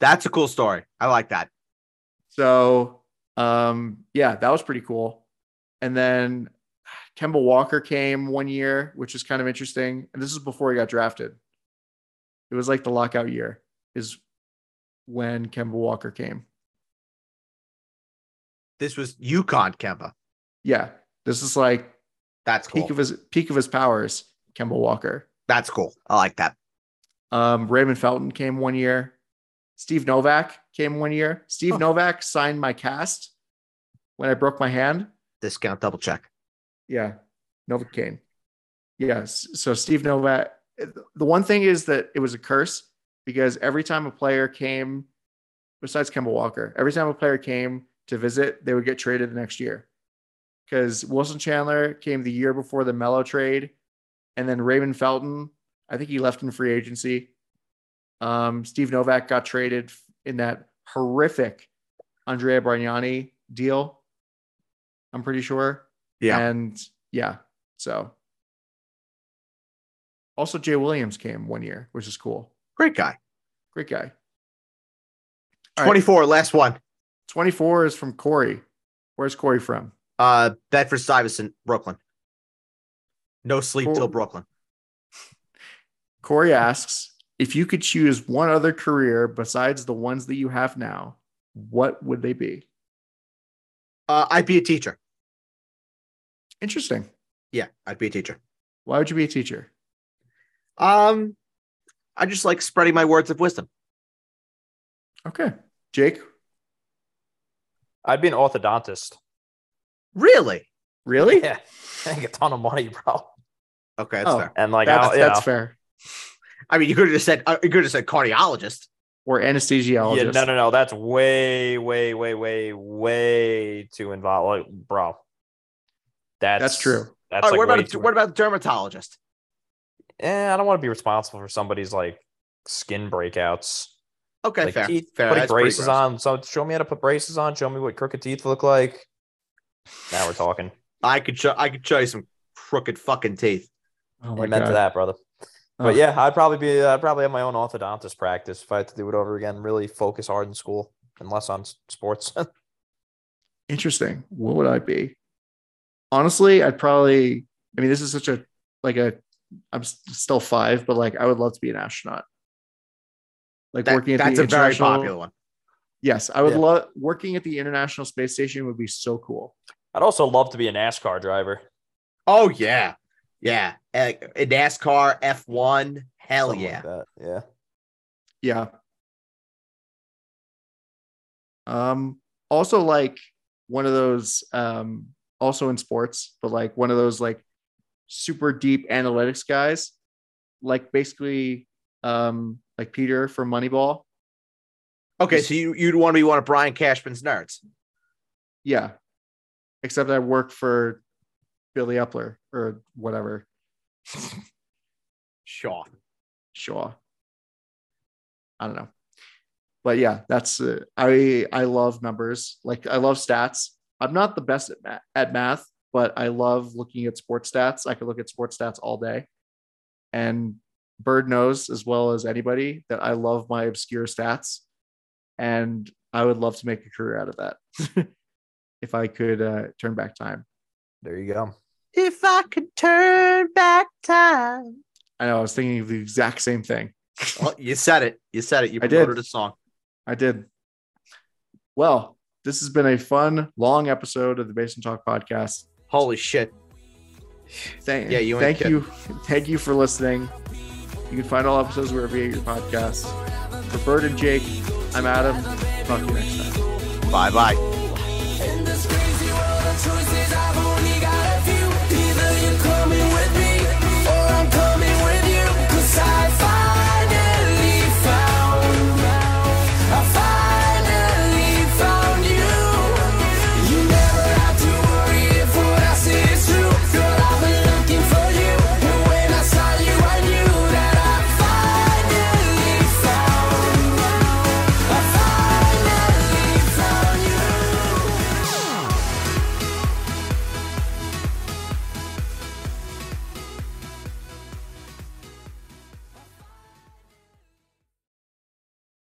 C: That's a cool story. I like that.
B: so um yeah, that was pretty cool. And then Kemba Walker came one year, which is kind of interesting. And this is before he got drafted. It was like the lockout year is when Kemba Walker came.
C: This was Yukon Kemba.
B: Yeah. This is like
C: That's
B: peak
C: cool.
B: of his peak of his powers, Kemba Walker.
C: That's cool. I like that.
B: Um, Raymond Felton came one year. Steve Novak came one year. Steve
C: Huh.
B: Novak signed my cast when I broke my hand.
C: Discount double check.
B: Yeah, Novocaine. Yes. So Steve Novak. The one thing is that it was a curse because every time a player came, besides Kemba Walker, every time a player came to visit, they would get traded the next year. Because Wilson Chandler came the year before the Mello trade, and then Raymond Felton, I think he left in free agency. Um, Steve Novak got traded in that horrific Andrea Bargnani deal. I'm pretty sure.
C: Yeah.
B: And yeah, so also Jay Williams came one year, which is cool.
C: Great guy.
B: Great guy. All right.
C: 24, last one.
B: 24 is from Corey. Where's Corey from?
C: Uh Bedford Stuyvesant, Brooklyn. No sleep
B: Cool.
C: till Brooklyn.
B: Corey asks if you could choose one other career besides the ones that you have now, what would they be?
C: Uh, I'd be a teacher.
B: Interesting.
C: Yeah, I'd be a teacher.
B: Why would you be a teacher?
C: Um, I just like spreading my words of wisdom.
B: Okay. Jake,
F: I'd be an orthodontist.
C: Really?
B: really?
F: Yeah, make a ton of money, bro.
C: Okay, that's
B: Oh.
C: fair.
F: And like,
B: that's
F: I'll, you
B: that's
F: know,
B: fair.
C: I mean, you could have just said uh, you could have said cardiologist.
B: Or anesthesiologist.
F: yeah, no, no, no. That's way, way, way, way, way too involved, like, bro. That's
B: That's true.
F: That's like
C: All right, what
F: way
C: about a,
F: too-
C: what about a dermatologist?
F: Eh, I don't want to be responsible for somebody's like skin breakouts.
C: Okay,
F: like
C: fair.
F: teeth,
C: fair.
F: putting
C: That's pretty
F: braces
C: gross.
F: on. So show me how to put braces on. Show me what crooked teeth look like. Now we're talking.
C: I could show I could show you some crooked fucking teeth.
B: Oh my
F: Amen
B: God.
F: to that, brother.
B: Oh.
F: But yeah, I'd probably be. I'd probably have my own orthodontist practice if I had to do it over again. Really focus hard in school and less on s- sports.
B: interesting what would i be honestly i'd probably i mean this is such a like a i'm s- still five but like i would love to be an astronaut like
C: That-
B: working at
C: that's
B: the
C: a very
B: international-
C: popular one.
B: yes i would
F: Yeah.
B: love working at the international space station would be so cool
F: I'd also love to be a NASCAR driver.
C: Oh yeah, yeah. Uh, in NASCAR F one. Hell
F: something
C: yeah.
F: like that. Yeah.
B: yeah um also like one of those um also in sports but like one of those like super deep analytics guys like basically um like peter from moneyball
C: okay, so you you'd want to be one of Brian Cashman's nerds.
B: yeah except i work for billy upler or whatever
C: Sure.
B: Shaw. I don't know. But yeah, that's uh, I I love numbers. Like I love stats. I'm not the best at, ma- at math, but I love looking at sports stats. I could look at sports stats all day. And Bird knows as well as anybody that I love my obscure stats and I would love to make a career out of that. if I could uh, turn back time.
F: There you go.
C: If I could turn back time.
B: I know I was thinking of the exact same thing.
C: Well, Oh, you said it. You said it. You
B: I did.
C: promoted a song.
B: I did. Well, this has been a fun, long episode of the Basin Talk podcast.
C: Holy shit.
B: Thank,
C: Yeah, you ain't
B: thank
C: kidding.
B: you, thank you for listening. You can find all episodes wherever you get your podcasts. For Bird and Jake, I'm Adam. Talk to you next time.
C: Bye bye.
A: Oh,